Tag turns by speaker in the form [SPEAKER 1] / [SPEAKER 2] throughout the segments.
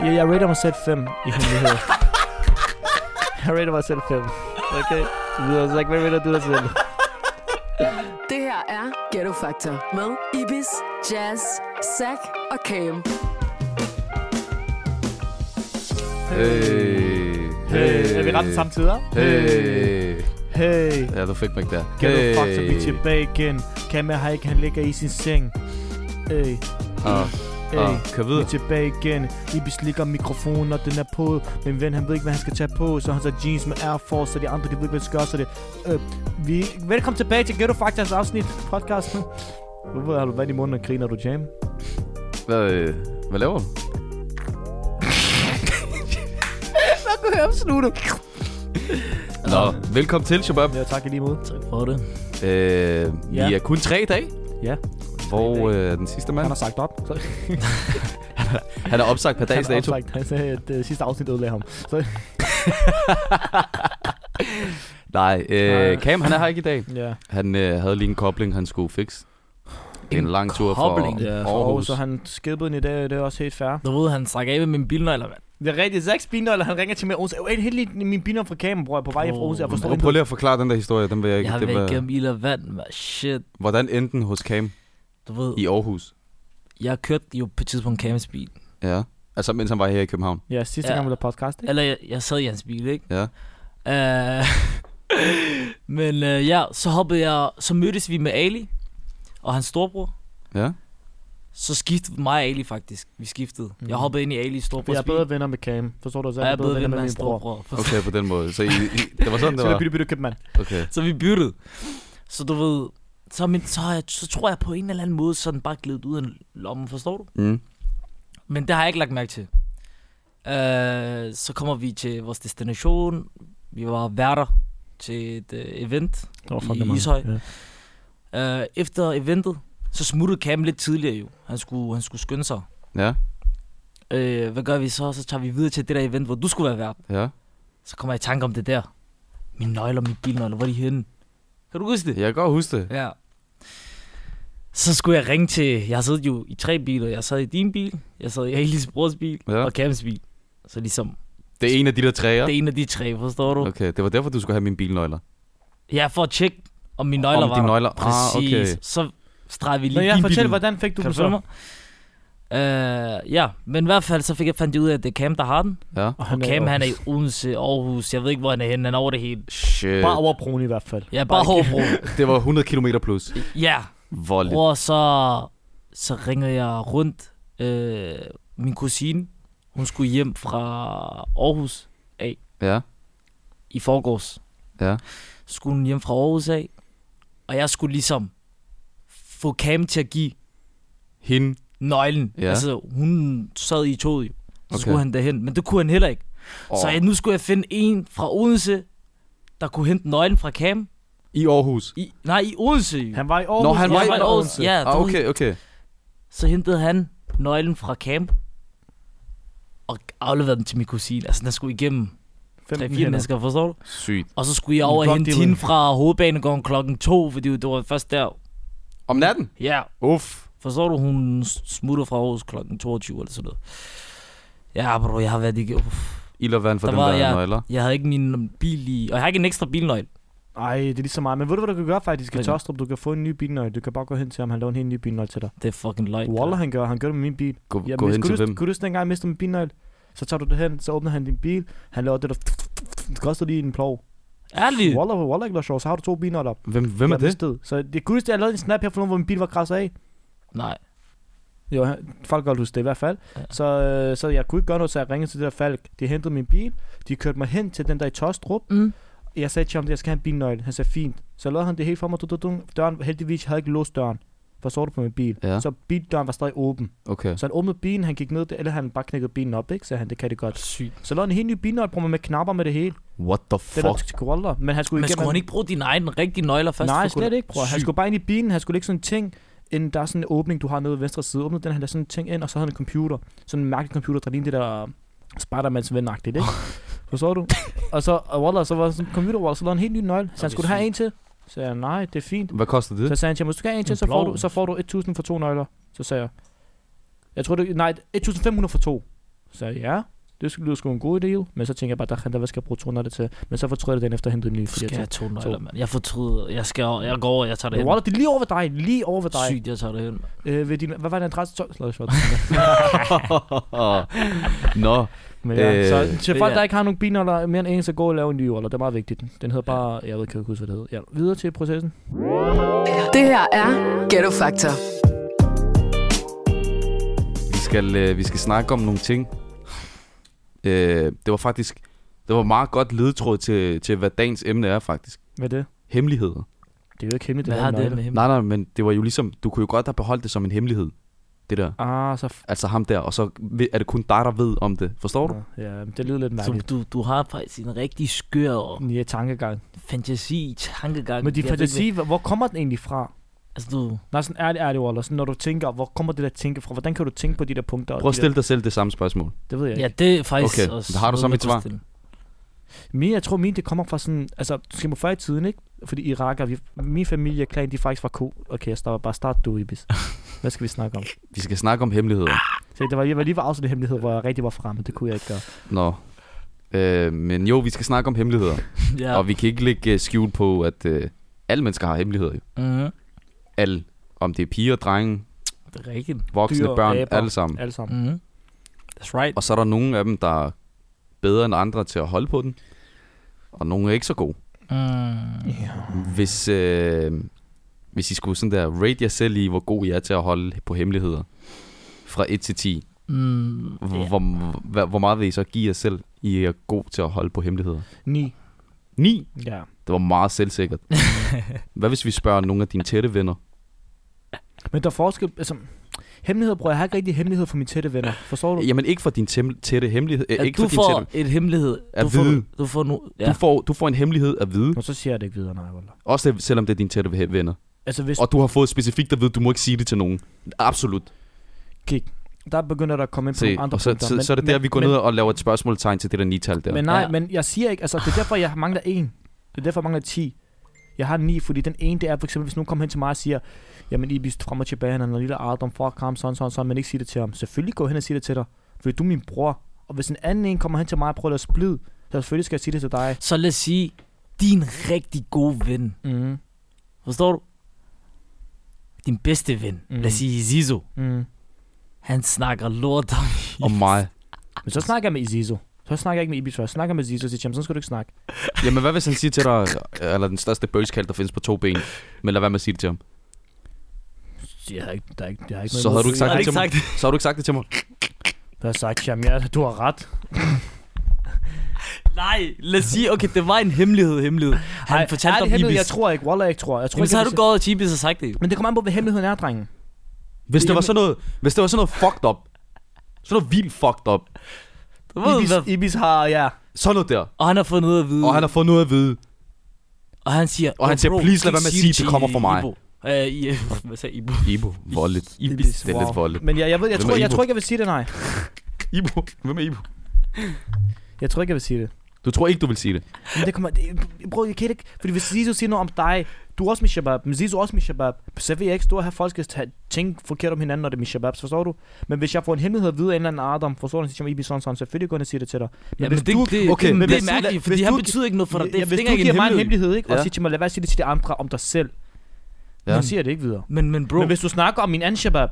[SPEAKER 1] Jeg, jeg rater mig selv 5 i hemmelighed. jeg rater mig selv 5. Okay? Så videre, så hvad rater du dig selv?
[SPEAKER 2] Det her er Ghetto Factor med Ibis, Jazz, Zack og Cam.
[SPEAKER 3] Hey.
[SPEAKER 4] Hey. Øh, Er vi ramt samtidig?
[SPEAKER 3] Hey.
[SPEAKER 4] Hey.
[SPEAKER 3] Ja, du fik mig ikke der.
[SPEAKER 4] Kan
[SPEAKER 3] hey.
[SPEAKER 4] du fuck, så vi er tilbage igen. Kammer har ikke, han ligger i sin seng. Hey,
[SPEAKER 3] Ah,
[SPEAKER 4] hey.
[SPEAKER 3] ah,
[SPEAKER 4] Vi er
[SPEAKER 3] Kør videre.
[SPEAKER 4] tilbage igen. Ibis ligger mikrofonen, og den er på. Min ven, han ved ikke, hvad han skal tage på. Så han tager jeans med Air Force, og de andre, de ved ikke, hvad de skal gøre. Så det, øh, vi... Velkommen tilbage til Ghetto Factors afsnit podcasten. Hvorfor har du vand i munden og griner du, Jam?
[SPEAKER 3] Hvad, øh, hvad laver du?
[SPEAKER 4] Jeg kunne høre om slutte.
[SPEAKER 3] Nå, velkommen til, Shabab.
[SPEAKER 4] Ja, tak i lige måde.
[SPEAKER 1] Tak for det.
[SPEAKER 3] Øh, vi
[SPEAKER 4] Ja.
[SPEAKER 3] er kun tre dage.
[SPEAKER 4] Ja.
[SPEAKER 3] Hvor øh, den sidste
[SPEAKER 4] Han
[SPEAKER 3] mand,
[SPEAKER 4] har sagt op. Så
[SPEAKER 3] han er opsagt per dags
[SPEAKER 4] han, har
[SPEAKER 3] dato.
[SPEAKER 4] opsagt. han sagde, at øh, sidste afsnit ødelagde ham. Så,
[SPEAKER 3] Nej,
[SPEAKER 4] Nej.
[SPEAKER 3] øh, Cam, han er her ikke i dag.
[SPEAKER 4] ja.
[SPEAKER 3] Han øh, havde lige en kobling, han skulle fikse. Det er en lang tur fra
[SPEAKER 1] kobling? Ja,
[SPEAKER 3] Aarhus.
[SPEAKER 1] fra
[SPEAKER 4] Og så han skippede den i dag, det er også helt fair.
[SPEAKER 1] Du ved, han trækker af med min bilnøgler, mand.
[SPEAKER 4] Det er rigtigt. Zacks bilnøgler, han ringer til mig i Odense. Øh, helt lige min bilnøgler fra Kamen, bror. Jeg er på vej hjem fra Odense. Jeg forstår
[SPEAKER 3] Prøv, prøv
[SPEAKER 4] ikke.
[SPEAKER 3] lige at forklare den der historie. Den vil jeg ikke.
[SPEAKER 1] Jeg har
[SPEAKER 3] det
[SPEAKER 1] været
[SPEAKER 3] var,
[SPEAKER 1] igennem ild og vand, mand. Shit.
[SPEAKER 3] hvordan endte den hos Cam
[SPEAKER 1] Du ved,
[SPEAKER 3] i Aarhus?
[SPEAKER 1] jeg kørte jo på et tidspunkt Cams bil.
[SPEAKER 3] Ja. Altså, mens han var her i København.
[SPEAKER 4] Ja, sidste
[SPEAKER 1] Ja.
[SPEAKER 4] gang, vi lavede podcast, ikke?
[SPEAKER 1] Eller jeg, jeg sad i hans bil, ikke?
[SPEAKER 3] Ja.
[SPEAKER 1] Øh, men øh, ja, så hoppede jeg, så mødtes vi med Ali og hans storebror.
[SPEAKER 3] Ja.
[SPEAKER 1] Så skiftede mig og Ali faktisk. Vi skiftede.
[SPEAKER 4] Mhm.
[SPEAKER 1] Jeg hoppede ind i Ali's
[SPEAKER 4] For jeg
[SPEAKER 1] storebrors
[SPEAKER 4] er
[SPEAKER 1] bil.
[SPEAKER 4] bedre venner med Cam. Forstår du? Så
[SPEAKER 1] og jeg er bedre ven med hans storebror.
[SPEAKER 3] Okay, på den måde. Så I, I, det var sådan, det
[SPEAKER 4] Så jeg
[SPEAKER 3] var.
[SPEAKER 4] bytte, bytte købmand.
[SPEAKER 3] Okay.
[SPEAKER 1] Så vi byttede. Så du ved, så, min, så, har jeg, så tror jeg på en eller anden måde, så er den bare glidet ud af lommen, forstår du?
[SPEAKER 3] Mm.
[SPEAKER 1] Men det har jeg ikke lagt mærke til. Øh, så kommer vi til vores destination. Vi var værter til et øh, event.
[SPEAKER 4] Åh,
[SPEAKER 1] fuck, I- det er mange. Ishøj. Øh, efter eventet, så smuttede Cam lidt tidligere jo. Han skulle, han skulle skynde sig.
[SPEAKER 3] Ja,
[SPEAKER 1] Øh, hvad gør vi så? Så tager vi videre til det der event, hvor du skulle være vært.
[SPEAKER 3] ja.
[SPEAKER 1] Så kommer jeg i tanke om det der. Mine nøgler, mine bilnøgler, hvor er de henne? Kan du huske det?
[SPEAKER 3] Jeg kan godt huske det.
[SPEAKER 1] Ja. Så skulle jeg ringe til... Jeg sad jo i tre biler. Jeg sad i din bil, jeg sad i Alis brors bil
[SPEAKER 3] Ja.
[SPEAKER 1] ja. og Cams bil. Så ligesom,
[SPEAKER 3] Det er en af de der træer.
[SPEAKER 1] ja. det er en af de tre, forstår du? Okay.
[SPEAKER 3] Okay, det var derfor, du skulle have mine bilnøgler.
[SPEAKER 1] Ja, for at tjekke, om mine nøgler
[SPEAKER 3] Om
[SPEAKER 1] var
[SPEAKER 3] dine
[SPEAKER 1] der.
[SPEAKER 3] nøgler. Ah,
[SPEAKER 1] Præcis.
[SPEAKER 3] okay.
[SPEAKER 1] Så stregede vi lige
[SPEAKER 4] Men jeg
[SPEAKER 1] din bil.
[SPEAKER 4] fortæl,
[SPEAKER 1] ud.
[SPEAKER 4] hvordan fik du
[SPEAKER 1] Kan
[SPEAKER 4] dem
[SPEAKER 1] du
[SPEAKER 4] så?
[SPEAKER 1] følge mig? Øh, ja, men i hvert fald så fik jeg fandt jeg ud af, at det er Cam, der har den.
[SPEAKER 3] Ja.
[SPEAKER 4] Og
[SPEAKER 1] Og Cam, han er i Odense, Aarhus. Jeg ved ikke, hvor han er henne. Han er over det hele.
[SPEAKER 3] Shit.
[SPEAKER 4] Bare over broen i hvert fald.
[SPEAKER 1] Ja, bare Håbro.
[SPEAKER 3] Det var 100 km plus.
[SPEAKER 1] Ja,
[SPEAKER 3] Voldeligt.
[SPEAKER 1] bror, så, så ringede jeg rundt. Øh, min kusine, hun skulle hjem fra Aarhus
[SPEAKER 3] Ja,
[SPEAKER 1] i forgårs.
[SPEAKER 3] ja.
[SPEAKER 1] Så skulle hun hjem fra Aarhus af, og jeg skulle ligesom få Cam til at give
[SPEAKER 3] Hende.
[SPEAKER 1] nøglen.
[SPEAKER 3] Ja.
[SPEAKER 1] Altså, hun sad i toget jo. Så
[SPEAKER 3] Okay.
[SPEAKER 1] okay. skulle han derhen, men det kunne han heller ikke. Oh. Så
[SPEAKER 3] Åh.
[SPEAKER 1] jeg, nu skulle jeg finde en fra Odense, der kunne hente nøglen fra Cam.
[SPEAKER 3] I Aarhus.
[SPEAKER 1] I, nej, i Odense jo.
[SPEAKER 4] Han var i Aarhus.
[SPEAKER 3] Nå, han
[SPEAKER 4] jeg
[SPEAKER 3] var i
[SPEAKER 1] Aarhus. Ja,
[SPEAKER 3] Ah,
[SPEAKER 1] du-
[SPEAKER 3] okay, okay.
[SPEAKER 1] Så hentede han nøglen fra Cam og afleverede den til min kusine. Altså, den skulle igennem
[SPEAKER 4] 15
[SPEAKER 1] 3-4
[SPEAKER 4] hænder.
[SPEAKER 1] mennesker, forstår du?
[SPEAKER 3] Sygt.
[SPEAKER 1] Og så skulle jeg
[SPEAKER 4] En
[SPEAKER 1] over og
[SPEAKER 4] drug
[SPEAKER 1] hente
[SPEAKER 4] dealer.
[SPEAKER 1] hende fra hovedbanegården klokken 2, fordi det var først der.
[SPEAKER 3] Om natten?
[SPEAKER 1] Ja,
[SPEAKER 3] Uff.
[SPEAKER 1] forstår du? Hun smutter fra Aarhus klokken 22 eller sådan noget. Ja, bro, jeg har været ikke... Uff.
[SPEAKER 3] Ild og vand for
[SPEAKER 1] Der
[SPEAKER 3] dem
[SPEAKER 1] var
[SPEAKER 3] der
[SPEAKER 1] jeg-
[SPEAKER 3] nøgler.
[SPEAKER 1] Jeg havde ikke min bil i... Og jeg har ikke en ekstra bilnøgle.
[SPEAKER 4] Ej, det er lige så meget. Men ved du, hvad du kan gøre faktisk i
[SPEAKER 1] Rigtig.
[SPEAKER 4] Tostrup? Du kan få en ny bilnøgle. Du kan bare gå hen til ham. Han laver en helt ny bilnøgle til dig.
[SPEAKER 1] Det er fucking løgn.
[SPEAKER 4] Waller, han gør. Han gør det med min bil.
[SPEAKER 3] Gå,
[SPEAKER 4] Ja,
[SPEAKER 3] gå
[SPEAKER 4] men
[SPEAKER 3] hen
[SPEAKER 4] kunne
[SPEAKER 3] til
[SPEAKER 4] du,
[SPEAKER 3] hvem?
[SPEAKER 4] Kunne du huske dengang, jeg mistede min bilnøgle? Så tager du det hen, så åbner han din bil, han laver det der... Det koster lige en plov.
[SPEAKER 1] Ærligt?
[SPEAKER 4] Walla, walla, ikke sjov, så har du to bilnøgler op.
[SPEAKER 3] Hvem, hvem er
[SPEAKER 4] Jeg
[SPEAKER 3] det?
[SPEAKER 4] mistede. Så det kunne du huske, at jeg lavede en snap her for nogen, hvor min bil var krasset af.
[SPEAKER 1] Nej.
[SPEAKER 4] Jo, han- folk kan godt huske det i hvert fald.
[SPEAKER 1] Ja.
[SPEAKER 4] Så, øh, så jeg kunne ikke gøre noget, så jeg ringede til det der Falk. De hentede min bil, de kørte mig hen til den der i Tostrup.
[SPEAKER 1] Mm.
[SPEAKER 4] Jeg sagde til ham, at jeg skal have en bilnøgle. Han sagde, fint. Så lavede han det helt for mig. Du, du, du. Døren, heldigvis jeg havde ikke låst døren. Forstår du på min bil?
[SPEAKER 3] Ja.
[SPEAKER 4] Så bildøren var stadig åben.
[SPEAKER 3] Okay.
[SPEAKER 4] Så han åbnede bilen, han gik ned, eller han bare knækkede bilen op, ikke? Så han, det kan det godt.
[SPEAKER 1] Sygt.
[SPEAKER 4] Så lavede han en helt ny bilnøglebrummer med knapper med det hele.
[SPEAKER 3] What the
[SPEAKER 4] Det er
[SPEAKER 3] fuck?
[SPEAKER 4] der squalder. Men han skulle
[SPEAKER 1] Men skulle han ikke bruge dine egne rigtige nøgler først?
[SPEAKER 4] Nej,
[SPEAKER 1] for at kunne-
[SPEAKER 4] slet ikke, bror. Han
[SPEAKER 1] Sygt.
[SPEAKER 4] skulle bare ind i bilen. Han skulle ikke sådan en ting. Inden der er sådan en åbning, du har nede ved venstre side. Åbnede den, han lavede sådan en ting ind, og så havde han en computer. Sådan en mærkelig computer, der lignede det der øh, Spidermans ven ikke? Forstår du? Og så, og Waller, så var der sådan en computer, Waller, så lavede han en helt ny nøgle. Så han
[SPEAKER 1] det er
[SPEAKER 4] skulle du have
[SPEAKER 1] sygt.
[SPEAKER 4] en til. Så sagde jeg, nej, det er fint.
[SPEAKER 3] Hvad koster det?
[SPEAKER 4] Så sagde han til mig, hvis du skal have en til,
[SPEAKER 1] En
[SPEAKER 4] så får
[SPEAKER 1] blå.
[SPEAKER 4] du, så får du 1.000 for to nøgler. Så sagde jeg, jeg tror det, nej, 1.500 for to. Så ja, det skulle lyde sgu en god idé jo. Men så tænker jeg bare, der kan der, hvad skal jeg bruge 200 til? Men så fortrød jeg den efter at hente en ny. fordi jeg
[SPEAKER 1] Skal jeg have
[SPEAKER 4] tænkte,
[SPEAKER 1] to nøgler, mand? Jeg fortryder. Jeg, skal, jeg går, jeg tager det hen.
[SPEAKER 4] Wallah, det er lige over ved dig, lige over ved dig.
[SPEAKER 1] Sygt, jeg tager det hen.
[SPEAKER 4] Øh, ved din, hvad var den adresse? 12? Slå det shot.
[SPEAKER 3] Nå,
[SPEAKER 4] Men ja,
[SPEAKER 3] Øh,
[SPEAKER 4] så til folk,
[SPEAKER 1] ja.
[SPEAKER 4] der ikke har nogen biner, eller mere end en, så gå og lave en ny roller. Det er meget vigtigt. Den hedder bare, jeg ved ikke, jeg kan huske, hvad det hedder. Ja, videre til processen.
[SPEAKER 2] Det her er Ghetto Factor.
[SPEAKER 3] vi skal, øh, vi skal snakke om nogle ting. Øh, det var faktisk... Det var meget godt ledetråd til, til, hvad dagens emne er, faktisk.
[SPEAKER 4] Hvad er det?
[SPEAKER 3] Hemmeligheder.
[SPEAKER 4] Det er jo ikke hemmeligt,
[SPEAKER 1] Hvad
[SPEAKER 4] der
[SPEAKER 1] har
[SPEAKER 4] med
[SPEAKER 1] det
[SPEAKER 4] nøgle.
[SPEAKER 1] med ham?
[SPEAKER 3] Nej, nej, men det var jo ligesom... Du kunne jo godt have beholdt det som en hemmelighed, det der.
[SPEAKER 4] Ah, så... F-
[SPEAKER 3] Altså ham der, og så ved- er det kun dig, der ved om det. Forstår du?
[SPEAKER 4] ja, men det lyder lidt
[SPEAKER 1] Du,
[SPEAKER 4] mærkeligt.
[SPEAKER 1] du, du har faktisk en rigtig skør
[SPEAKER 4] Ja, tankegang.
[SPEAKER 1] fantasi, tankegang.
[SPEAKER 4] Men de
[SPEAKER 1] Jeg ved ikke,
[SPEAKER 4] fantasi, hvor- hvor kommer den egentlig fra?
[SPEAKER 1] hvad- Altså, du,
[SPEAKER 4] Nej, sådan ærlig, ærlig, Waller. Sådan, når du tænker, hvor kommer det der tænke fra? Hvordan kan du tænke på de der punkter? og
[SPEAKER 3] Prøv at
[SPEAKER 4] de der-
[SPEAKER 3] stille dig selv det samme spørgsmål.
[SPEAKER 4] Det ved jeg ikke.
[SPEAKER 1] ja, det er faktisk
[SPEAKER 3] Okay,
[SPEAKER 1] også...
[SPEAKER 3] men har du
[SPEAKER 1] noget,
[SPEAKER 3] så
[SPEAKER 1] man
[SPEAKER 3] mit
[SPEAKER 1] kunne
[SPEAKER 3] svar?
[SPEAKER 1] stille.
[SPEAKER 4] Min, jeg tror, min, det kommer fra sådan, altså, skal man før i tiden, ikke? Fordi Irak og vi, min familie, klan, de er faktisk var ko. Okay, jeg starter bare start du, Ibis. Hvad skal vi snakke om?
[SPEAKER 3] Vi skal snakke om hemmeligheder.
[SPEAKER 4] Så det var, jeg var lige ved afsnit hemmelighed, hvor jeg rigtig var fremme. Det kunne jeg ikke gøre.
[SPEAKER 3] Nå. Øh, men jo, vi skal snakke om hemmeligheder.
[SPEAKER 1] Ja.
[SPEAKER 3] Ja. Og vi kan ikke lægge øh, skjul på, at øh, alle mennesker har hemmeligheder. Jo.
[SPEAKER 1] Mhm.
[SPEAKER 3] Alle. Om det er piger, drenge,
[SPEAKER 1] Det er rigtigt.
[SPEAKER 3] voksne,
[SPEAKER 4] Dyr,
[SPEAKER 3] Dyr, børn,
[SPEAKER 4] aber.
[SPEAKER 3] alle sammen.
[SPEAKER 4] Alle sammen.
[SPEAKER 1] Mhm. That's right.
[SPEAKER 3] Og så er der nogle af dem, der er bedre end andre til at holde på den. Og nogle er ikke så gode.
[SPEAKER 1] Mm.
[SPEAKER 3] Hvis, øh, hvis I skulle sådan der rate jer selv i, hvor god I er til at holde på hemmeligheder. Fra 1 til 10.
[SPEAKER 1] Mm.
[SPEAKER 3] Hvor,
[SPEAKER 1] Ja.
[SPEAKER 3] yeah. hvor, hvor, hvor meget vil I så give jer selv, I er god til at holde på hemmeligheder?
[SPEAKER 4] Ni.
[SPEAKER 3] 9.
[SPEAKER 4] Ja.
[SPEAKER 3] Det var meget selvsikkert. Hvad hvis vi spørger nogle af dine tætte venner?
[SPEAKER 4] Men der er forskel, altså, hemmeligheder, bror. Jeg har ikke rigtig hemmeligheder for mine tætte venner. Forstår du?
[SPEAKER 3] Jamen ikke for din tæm- tætte hemmelighed.
[SPEAKER 1] At
[SPEAKER 3] Æ, ikke
[SPEAKER 1] du
[SPEAKER 3] for din
[SPEAKER 1] får
[SPEAKER 3] tætte,
[SPEAKER 1] et hemmelighed.
[SPEAKER 3] At
[SPEAKER 1] Du får,
[SPEAKER 3] vide.
[SPEAKER 1] du får nu... Ja.
[SPEAKER 3] ja. du, får, du får en hemmelighed at vide,
[SPEAKER 4] Men så siger jeg det ikke videre, nej, Wallah.
[SPEAKER 3] også selv- selvom det er dine tætte he- venner.
[SPEAKER 4] Altså, hvis
[SPEAKER 3] Og du har fået specifikt at vide, du må ikke sige det til nogen. Absolut.
[SPEAKER 4] der begynder der at komme ind på
[SPEAKER 3] Se,
[SPEAKER 4] nogle andre
[SPEAKER 3] og så,
[SPEAKER 4] punkter.
[SPEAKER 3] så, så er det der, vi går
[SPEAKER 4] men,
[SPEAKER 3] ned og laver et spørgsmålstegn til det der nital der.
[SPEAKER 4] Men nej,
[SPEAKER 1] Ja.
[SPEAKER 4] men jeg siger ikke, altså det er derfor, jeg mangler en. Det er derfor, jeg mangler 10. Jeg har 9, fordi den ene, det er for eksempel, hvis nogen kommer hen til mig og siger, jamen Ibis, frem og tilbage, han er en lille Adam, fuck ham, sådan, sådan, sådan, men ikke sige det til ham. Selvfølgelig gå hen og sige det til dig, fordi du er min bror. Og hvis en anden en kommer hen til mig og prøver at splid, så selvfølgelig skal jeg sige det til dig.
[SPEAKER 1] Så lad os sige, din rigtig gode ven.
[SPEAKER 4] Mm.
[SPEAKER 1] Forstår du? Din bedste ven.
[SPEAKER 4] Mm.
[SPEAKER 1] Lad
[SPEAKER 3] Mhm.
[SPEAKER 1] os sige Zizo.
[SPEAKER 4] Mm.
[SPEAKER 1] Han snakker lort om
[SPEAKER 3] Om mig.
[SPEAKER 4] Men så snakker jeg med Izizo. Så snakker jeg ikke med Ibis, før. jeg snakker med Izizo og siger, til ham, sådan skal du ikke snakke.
[SPEAKER 3] Jamen hvad hvis han siger til dig, eller den største bøgskald, der findes på to ben, men lad være med at sige det til ham.
[SPEAKER 4] Jeg har ikke, der er ikke, jeg har ikke
[SPEAKER 3] Så
[SPEAKER 4] noget
[SPEAKER 3] havde
[SPEAKER 4] imod
[SPEAKER 3] du ikke sagt
[SPEAKER 1] Har
[SPEAKER 3] det til
[SPEAKER 1] du ikke
[SPEAKER 3] mig.
[SPEAKER 1] sagt det?
[SPEAKER 3] Så har du ikke sagt det til mig.
[SPEAKER 4] det. Jeg har sagt, jamen ja, du har ret.
[SPEAKER 1] Nej, lad os sige, okay, det var en hemmelighed, hemmelighed. Han
[SPEAKER 4] Ej,
[SPEAKER 1] Ej, fortalte
[SPEAKER 4] ærlig
[SPEAKER 1] om
[SPEAKER 4] hemmelighed,
[SPEAKER 1] Ibis.
[SPEAKER 4] Jeg tror ikke, Wallah, jeg ikke tror. Jeg tror
[SPEAKER 1] Jamen,
[SPEAKER 4] ikke,
[SPEAKER 1] så
[SPEAKER 4] jeg
[SPEAKER 1] har
[SPEAKER 4] vil
[SPEAKER 1] du gået og til Ibis og sagt det.
[SPEAKER 4] sige- Men det kommer an på, hvad hemmeligheden er, drengen.
[SPEAKER 3] Hvis det var
[SPEAKER 4] Jamen-
[SPEAKER 3] sådan noget, hvis det var sådan noget fucked up. Sådan noget vildt fucked up.
[SPEAKER 1] Du ved,
[SPEAKER 4] Ibis,
[SPEAKER 1] hvad,
[SPEAKER 4] Ibis har, ja.
[SPEAKER 3] Sådan noget der.
[SPEAKER 1] og han har fået noget at vide.
[SPEAKER 3] Og han har fået noget at vide.
[SPEAKER 1] og han siger,
[SPEAKER 3] og han
[SPEAKER 1] "Åh,
[SPEAKER 3] siger,
[SPEAKER 1] bro,
[SPEAKER 3] please lad være
[SPEAKER 1] ikke
[SPEAKER 3] med at
[SPEAKER 1] sig
[SPEAKER 3] sige, det kommer fra mig."
[SPEAKER 1] Ibo. Øh, i, hvad sagde Ibo?
[SPEAKER 3] Ibo, voldeligt.
[SPEAKER 1] Ibis.
[SPEAKER 3] Det er lidt voldeligt.
[SPEAKER 4] Men jeg, jeg ved, jeg
[SPEAKER 3] Hvem
[SPEAKER 4] tror,
[SPEAKER 3] er
[SPEAKER 4] jeg
[SPEAKER 3] Ibo?
[SPEAKER 4] tror ikke, jeg vil sige det, nej.
[SPEAKER 3] Ibo, hvem er Ibo?
[SPEAKER 4] Jeg tror ikke, jeg vil sige det.
[SPEAKER 3] Du tror ikke, du vil sige det?
[SPEAKER 4] Men det kommer... Det, bro, jeg kan ikke... Fordi hvis Zizo siger noget om dig, du er også min shabab, men Zizo er også min shabab, så vil jeg ikke stå og have folk skal tage, tænke forkert om hinanden, når det er min shababs, forstår du? Men hvis jeg får en hemmelighed videre af en eller anden Adam, forstår du, så siger jeg, Ibis sådan sådan, selvfølgelig går jeg og siger det til dig. Men
[SPEAKER 1] Jamen,
[SPEAKER 4] hvis
[SPEAKER 1] det, det,
[SPEAKER 3] okay,
[SPEAKER 1] okay,
[SPEAKER 3] men
[SPEAKER 1] det, det
[SPEAKER 3] hvis
[SPEAKER 1] er
[SPEAKER 3] du-
[SPEAKER 1] mærkeligt,
[SPEAKER 4] hvis
[SPEAKER 1] fordi han
[SPEAKER 4] du-
[SPEAKER 1] betyder ikke noget for dig. Det,
[SPEAKER 4] ja,
[SPEAKER 1] det,
[SPEAKER 4] hvis
[SPEAKER 1] det
[SPEAKER 4] du
[SPEAKER 1] er ikke
[SPEAKER 4] giver
[SPEAKER 1] en
[SPEAKER 4] mig en
[SPEAKER 1] hemmelighed.
[SPEAKER 4] hemmelighed, ikke? Ja. Og
[SPEAKER 3] Ja.
[SPEAKER 4] siger til mig, lad være at sige det til de andre om dig selv. Ja.
[SPEAKER 3] Ja.
[SPEAKER 4] Men siger jeg det ikke videre.
[SPEAKER 1] Men, men bro,
[SPEAKER 4] Bro. Men hvis du snakker om min anden shabab,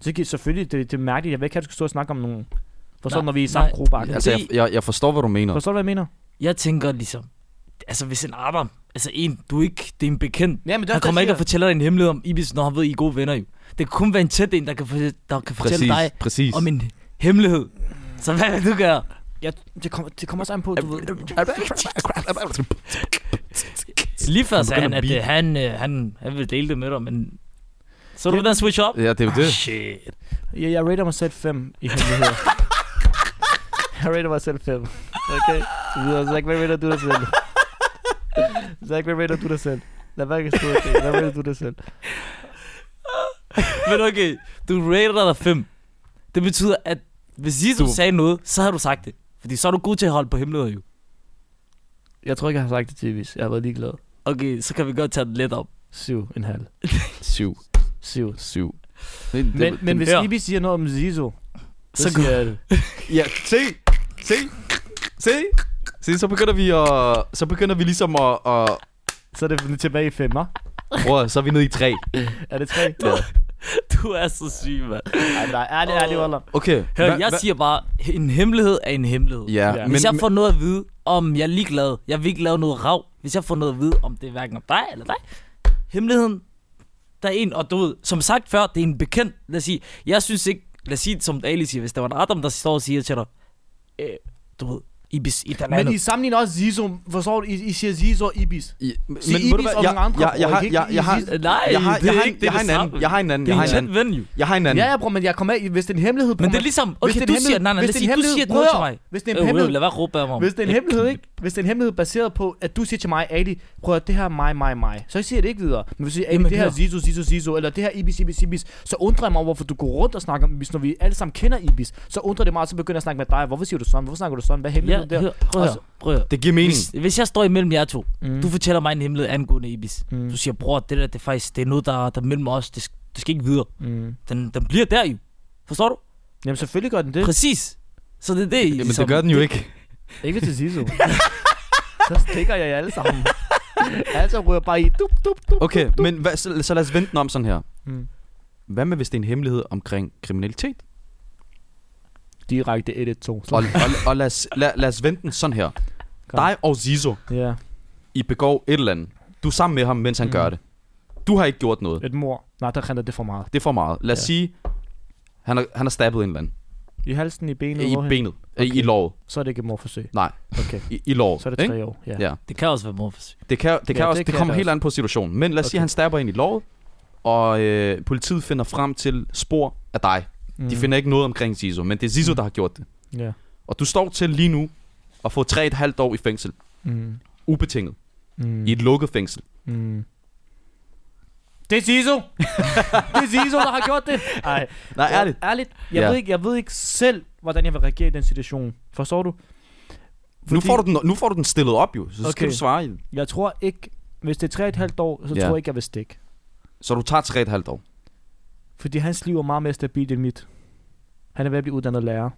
[SPEAKER 4] så giver selvfølgelig, det, det er mærkeligt. Jeg ved ikke, at du skal stå og snakke om nogen. Forstår du,
[SPEAKER 1] Nej,
[SPEAKER 4] når vi er i samme
[SPEAKER 1] nej.
[SPEAKER 4] gruppe? agtigt.
[SPEAKER 3] Altså, jeg, jeg, jeg forstår, hvad du mener.
[SPEAKER 4] Forstår du, hvad jeg mener?
[SPEAKER 1] jeg tænker ligesom, altså hvis en Adam, altså en, du er ikke, det er en bekendt,
[SPEAKER 4] Ja, men
[SPEAKER 1] han kommer ikke og fortæller dig en hemmelighed om Ibis, når han ved, I er gode venner jo. Det kan kun være en tæt en, der kan, fortælle, der kan
[SPEAKER 3] Præcis,
[SPEAKER 1] fortælle dig
[SPEAKER 3] præcis.
[SPEAKER 1] om en hemmelighed. Så hvad vil du gøre?
[SPEAKER 4] Jeg, det, kommer, det kommer også an på, du ved.
[SPEAKER 1] Lige før sagde han,
[SPEAKER 3] begynder
[SPEAKER 1] at
[SPEAKER 3] at
[SPEAKER 1] øh, han, øh, han, han ville dele det med dig, men... Så du
[SPEAKER 4] Ja.
[SPEAKER 1] hvordan switch op?
[SPEAKER 3] Ja, det er jo det.
[SPEAKER 1] Shit.
[SPEAKER 4] Jeg, jeg rater mig selv 5 i hemmeligheder. jeg rater mig selv 5. Okay? Videre, Zach, hvad rater du dig selv? Zach, hvad rater du dig selv? Lad være ikke stå okay. Hvad rater du dig selv?
[SPEAKER 1] Men okay, du rater dig 5. Det betyder, at hvis Jesus
[SPEAKER 3] Du-
[SPEAKER 1] du... sagde noget, så havde du sagt det. Fordi så er du god til at holde på hemmeligheder jo.
[SPEAKER 4] Jeg tror ikke, jeg har sagt det til Ibis. Jeg har været ligeglad.
[SPEAKER 1] Okay, så kan vi godt tage det lidt op.
[SPEAKER 4] 7,5.
[SPEAKER 3] Syv.
[SPEAKER 4] 7.
[SPEAKER 3] Syv. Det, det,
[SPEAKER 4] Men, men hvis
[SPEAKER 1] Ja.
[SPEAKER 4] Ibis siger noget om Zizo,
[SPEAKER 1] Så
[SPEAKER 5] Så
[SPEAKER 1] god.
[SPEAKER 5] siger jeg det.
[SPEAKER 3] Ja, se, se, se. Se, så begynder vi, at, så begynder vi ligesom at, at
[SPEAKER 4] Så er det tilbage i femmer.
[SPEAKER 3] bror, så er vi nede i tre.
[SPEAKER 4] Er det tre?
[SPEAKER 3] Ja.
[SPEAKER 1] Du er så syg, mand.
[SPEAKER 4] Ej, nej, ærligt, ærligt, Wallah.
[SPEAKER 3] Okay.
[SPEAKER 1] Hør,
[SPEAKER 3] hva-
[SPEAKER 1] jeg
[SPEAKER 3] hva-
[SPEAKER 1] siger bare, en hemmelighed er en hemmelighed.
[SPEAKER 3] Ja,
[SPEAKER 5] Ja.
[SPEAKER 3] ja.
[SPEAKER 1] Hvis
[SPEAKER 3] Men,
[SPEAKER 1] jeg får noget at vide, om jeg er ligeglad, jeg vil ikke lave noget rav. Hvis jeg får noget at vide, om det er hverken om dig eller dig. Hemmeligheden, der er en, og du ved, som sagt før, det er en bekendt. Lad os sige, jeg synes ikke, lad os sige det som Ali siger, hvis der var en Adam, der står og siger til dig, øh, du ved, Ibis, et eller
[SPEAKER 4] Men I
[SPEAKER 1] andet.
[SPEAKER 4] sammenligner også Zizo. Forstår du? I, I siger Zizo og Ibis.
[SPEAKER 3] I- men,
[SPEAKER 4] Sig
[SPEAKER 3] ved du
[SPEAKER 4] Ibis
[SPEAKER 3] hvad,
[SPEAKER 4] og
[SPEAKER 3] jeg,
[SPEAKER 4] nogle andre,
[SPEAKER 3] jeg, jeg,
[SPEAKER 4] bror,
[SPEAKER 3] har,
[SPEAKER 4] ikke-
[SPEAKER 3] jeg,
[SPEAKER 4] ikke
[SPEAKER 3] jeg, har,
[SPEAKER 4] Ibis.
[SPEAKER 1] Øh, Nej,
[SPEAKER 3] jeg har,
[SPEAKER 1] det er
[SPEAKER 3] jeg,
[SPEAKER 1] ikke det,
[SPEAKER 3] jeg
[SPEAKER 1] det
[SPEAKER 3] har en anden,
[SPEAKER 1] samme.
[SPEAKER 3] jeg har en anden,
[SPEAKER 1] Det
[SPEAKER 3] jeg
[SPEAKER 1] er
[SPEAKER 3] har
[SPEAKER 1] en
[SPEAKER 3] en anden,
[SPEAKER 1] tæt ven, jo.
[SPEAKER 3] jeg har en anden.
[SPEAKER 4] Ja, ja, bror, men jeg kommer af, i- hvis det er en hemmelighed, bror,
[SPEAKER 1] Men det er
[SPEAKER 4] man-
[SPEAKER 1] ligesom,
[SPEAKER 4] hvis det
[SPEAKER 1] okay,
[SPEAKER 4] er
[SPEAKER 1] du
[SPEAKER 4] en
[SPEAKER 1] siger, nej, nej,
[SPEAKER 4] hvis
[SPEAKER 1] lad os
[SPEAKER 4] det er en
[SPEAKER 1] sige, du
[SPEAKER 4] hemmelighed-
[SPEAKER 1] siger noget til
[SPEAKER 4] Prøv at
[SPEAKER 1] mig.
[SPEAKER 4] høre, Hvis det er en
[SPEAKER 1] Øh, øh,
[SPEAKER 4] hemmelighed,
[SPEAKER 1] lad være at råbe af mig.
[SPEAKER 4] Hvis det er en hemmelighed, ikke? Hvis det er en hemmelighed baseret på, at du siger til mig, Ali, prøv at det her er mig, mig, mig. Så siger jeg det ikke videre. Men hvis du siger, Ali,
[SPEAKER 1] Jamen,
[SPEAKER 4] det her er
[SPEAKER 1] hør.
[SPEAKER 4] Zizo, Zizo, Zizo, eller det her er Ibis, Ibis, Ibis, så undrer jeg mig over, hvorfor du går rundt og snakker om Ibis, når vi alle sammen kender Ibis. Så undrer det mig, og så begynder jeg at snakke med dig. Hvorfor siger du sådan? Hvorfor snakker du sådan? Hvad er
[SPEAKER 1] Ja,
[SPEAKER 4] hemmeligheden der? Altså,
[SPEAKER 1] hør, prøv at høre, prøv at høre.
[SPEAKER 3] Det giver mening.
[SPEAKER 1] Hvis, hvis jeg står imellem jer to,
[SPEAKER 4] Mm.
[SPEAKER 1] du fortæller mig en hemmelighed angående Ibis.
[SPEAKER 4] Mm.
[SPEAKER 1] Du siger, bror, det der, det er faktisk, det er noget, der, der er mellem os, det, sk- det skal ikke videre.
[SPEAKER 4] Mm.
[SPEAKER 1] Den, den bliver der jo. Forstår du?
[SPEAKER 4] Jamen selvfølgelig gør den det.
[SPEAKER 1] Præcis. Så det er ligesom- det, I
[SPEAKER 3] Jamen, det gør den jo ikke.
[SPEAKER 4] Ikke til Zizo. så stikker jeg jer alle sammen. altså rører bare i. Dup, dup, dup.
[SPEAKER 3] Okay, men hvad, så, så lad os vente den om sådan her.
[SPEAKER 4] Mm.
[SPEAKER 3] Hvad med, hvis det er en hemmelighed omkring kriminalitet?
[SPEAKER 4] Direkte 1-1-2.
[SPEAKER 3] Og, og, og lad, os, lad, lad os vente den sådan her.
[SPEAKER 4] Kom.
[SPEAKER 3] Dig og Zizo,
[SPEAKER 4] Ja,
[SPEAKER 3] I begår et eller andet. Du er sammen med ham, mens han
[SPEAKER 4] Mm.
[SPEAKER 3] gør det. Du har ikke gjort noget.
[SPEAKER 4] et mor. Nej, der render det for meget.
[SPEAKER 3] Det er for meget. Lad os
[SPEAKER 4] Ja.
[SPEAKER 3] sige, han har, han har stabbet en eller anden.
[SPEAKER 4] I halsen, i benet,
[SPEAKER 3] I
[SPEAKER 4] hvorhen?
[SPEAKER 3] benet. Okay. I
[SPEAKER 4] Okay.
[SPEAKER 3] låret.
[SPEAKER 4] Så er det ikke et morforsøg.
[SPEAKER 3] Nej.
[SPEAKER 4] Okay.
[SPEAKER 3] I, i låret.
[SPEAKER 4] Så er det
[SPEAKER 3] ikke?
[SPEAKER 4] tre år. Ja.
[SPEAKER 3] Ja.
[SPEAKER 1] Det kan også være morforsøg.
[SPEAKER 3] Det kan, det kan
[SPEAKER 4] Ja,
[SPEAKER 3] ja, også,
[SPEAKER 4] det
[SPEAKER 3] det,
[SPEAKER 4] kan
[SPEAKER 3] det kommer
[SPEAKER 4] det
[SPEAKER 3] helt
[SPEAKER 4] også.
[SPEAKER 3] an på situationen. Men lad os okay. sige,
[SPEAKER 4] Okay.
[SPEAKER 3] at han stabber ind i låret, og øh, politiet finder frem til spor af dig. Mm. De finder ikke noget omkring Zizo, men det er Zizo,
[SPEAKER 4] Mm.
[SPEAKER 3] mm. der har gjort det.
[SPEAKER 4] Ja.
[SPEAKER 3] Og du står til lige nu at få 3,5 år i fængsel,
[SPEAKER 4] Mm.
[SPEAKER 3] ubetinget,
[SPEAKER 4] Mm.
[SPEAKER 3] mm. i et lukket fængsel.
[SPEAKER 4] Mm. Det er Zizo! det er Zizo, der har gjort det! Ej,
[SPEAKER 3] Nej,
[SPEAKER 4] Bror,
[SPEAKER 3] ærligt.
[SPEAKER 4] ærligt jeg,
[SPEAKER 3] Ja.
[SPEAKER 4] ved ikke, jeg ved ikke selv, hvordan jeg vil reagere i den situation. Forstår du?
[SPEAKER 3] Fordi... Nu, får du den, nu får du den stillet op jo, så okay.
[SPEAKER 4] Okay.
[SPEAKER 3] skal du svare i den.
[SPEAKER 4] Jeg tror ikke, hvis det er 3,5 år, så
[SPEAKER 3] Ja.
[SPEAKER 4] tror jeg ikke, jeg vil stikke.
[SPEAKER 3] Så du tager 3,5 år.
[SPEAKER 4] Fordi hans liv er meget mere stabilt end mit. Han er ved at blive uddannet lærer.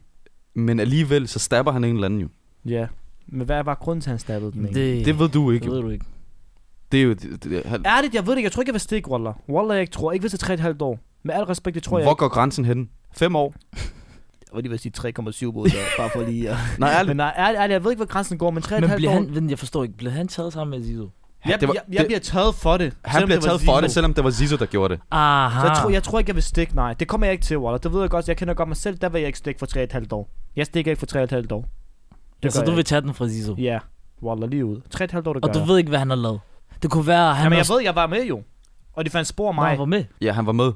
[SPEAKER 3] Men alligevel, så stabber han en eller anden jo.
[SPEAKER 4] Ja. Men hvad var grunden til, at han stabbede den? egentlig?
[SPEAKER 1] Det,
[SPEAKER 3] Det ved du ikke
[SPEAKER 1] det
[SPEAKER 3] jo.
[SPEAKER 1] ved du ikke.
[SPEAKER 3] Det er jo... Det, det, han,
[SPEAKER 4] Ærligt, jeg ved det ikke. Jeg tror ikke, jeg vil stikke, Wallah. Wallah, jeg tror ikke, hvis det er 3,5 år. Med al respekt, det tror jeg
[SPEAKER 3] hvor går grænsen hen? 5 år?
[SPEAKER 4] Jeg var lige ved at sige 3,7 mod der, bare for lige at...
[SPEAKER 3] Nej, ærligt.
[SPEAKER 4] men nej, ærligt, ærligt, jeg ved ikke, hvor grænsen går, men 3,5
[SPEAKER 1] Men bliver
[SPEAKER 4] år...
[SPEAKER 1] han, men jeg forstår ikke, bliver han taget sammen med Zizo?
[SPEAKER 4] jeg,
[SPEAKER 3] det var-
[SPEAKER 4] jeg, jeg
[SPEAKER 3] det-
[SPEAKER 4] bliver taget for det.
[SPEAKER 3] Han
[SPEAKER 4] selvom
[SPEAKER 3] bliver
[SPEAKER 4] det var
[SPEAKER 3] taget for
[SPEAKER 4] Zizo.
[SPEAKER 3] det, selvom det var Zizo, der gjorde det.
[SPEAKER 1] Aha.
[SPEAKER 4] Så jeg tror, jeg tror ikke, jeg vil stikke, nej. Det kommer jeg ikke til, Waller. Det ved jeg godt. Jeg kender godt mig selv. Der vil jeg ikke stikke for 3,5 år. Jeg stikker ikke for 3,5 år.
[SPEAKER 1] ja, så
[SPEAKER 4] gør
[SPEAKER 1] du
[SPEAKER 4] jeg
[SPEAKER 1] vil tage den fra Zizo.
[SPEAKER 4] ikke. Ja, Waller lige ud. 3,5 år, det gør
[SPEAKER 1] og du
[SPEAKER 4] jeg.
[SPEAKER 1] ved ikke, hvad han har lavet. Det kunne være, at han
[SPEAKER 4] Jamen, jeg
[SPEAKER 1] også-
[SPEAKER 4] ved, jeg var med jo. Og de fandt spor af
[SPEAKER 1] Nå,
[SPEAKER 4] mig.
[SPEAKER 1] han var med.
[SPEAKER 3] Ja, han var med.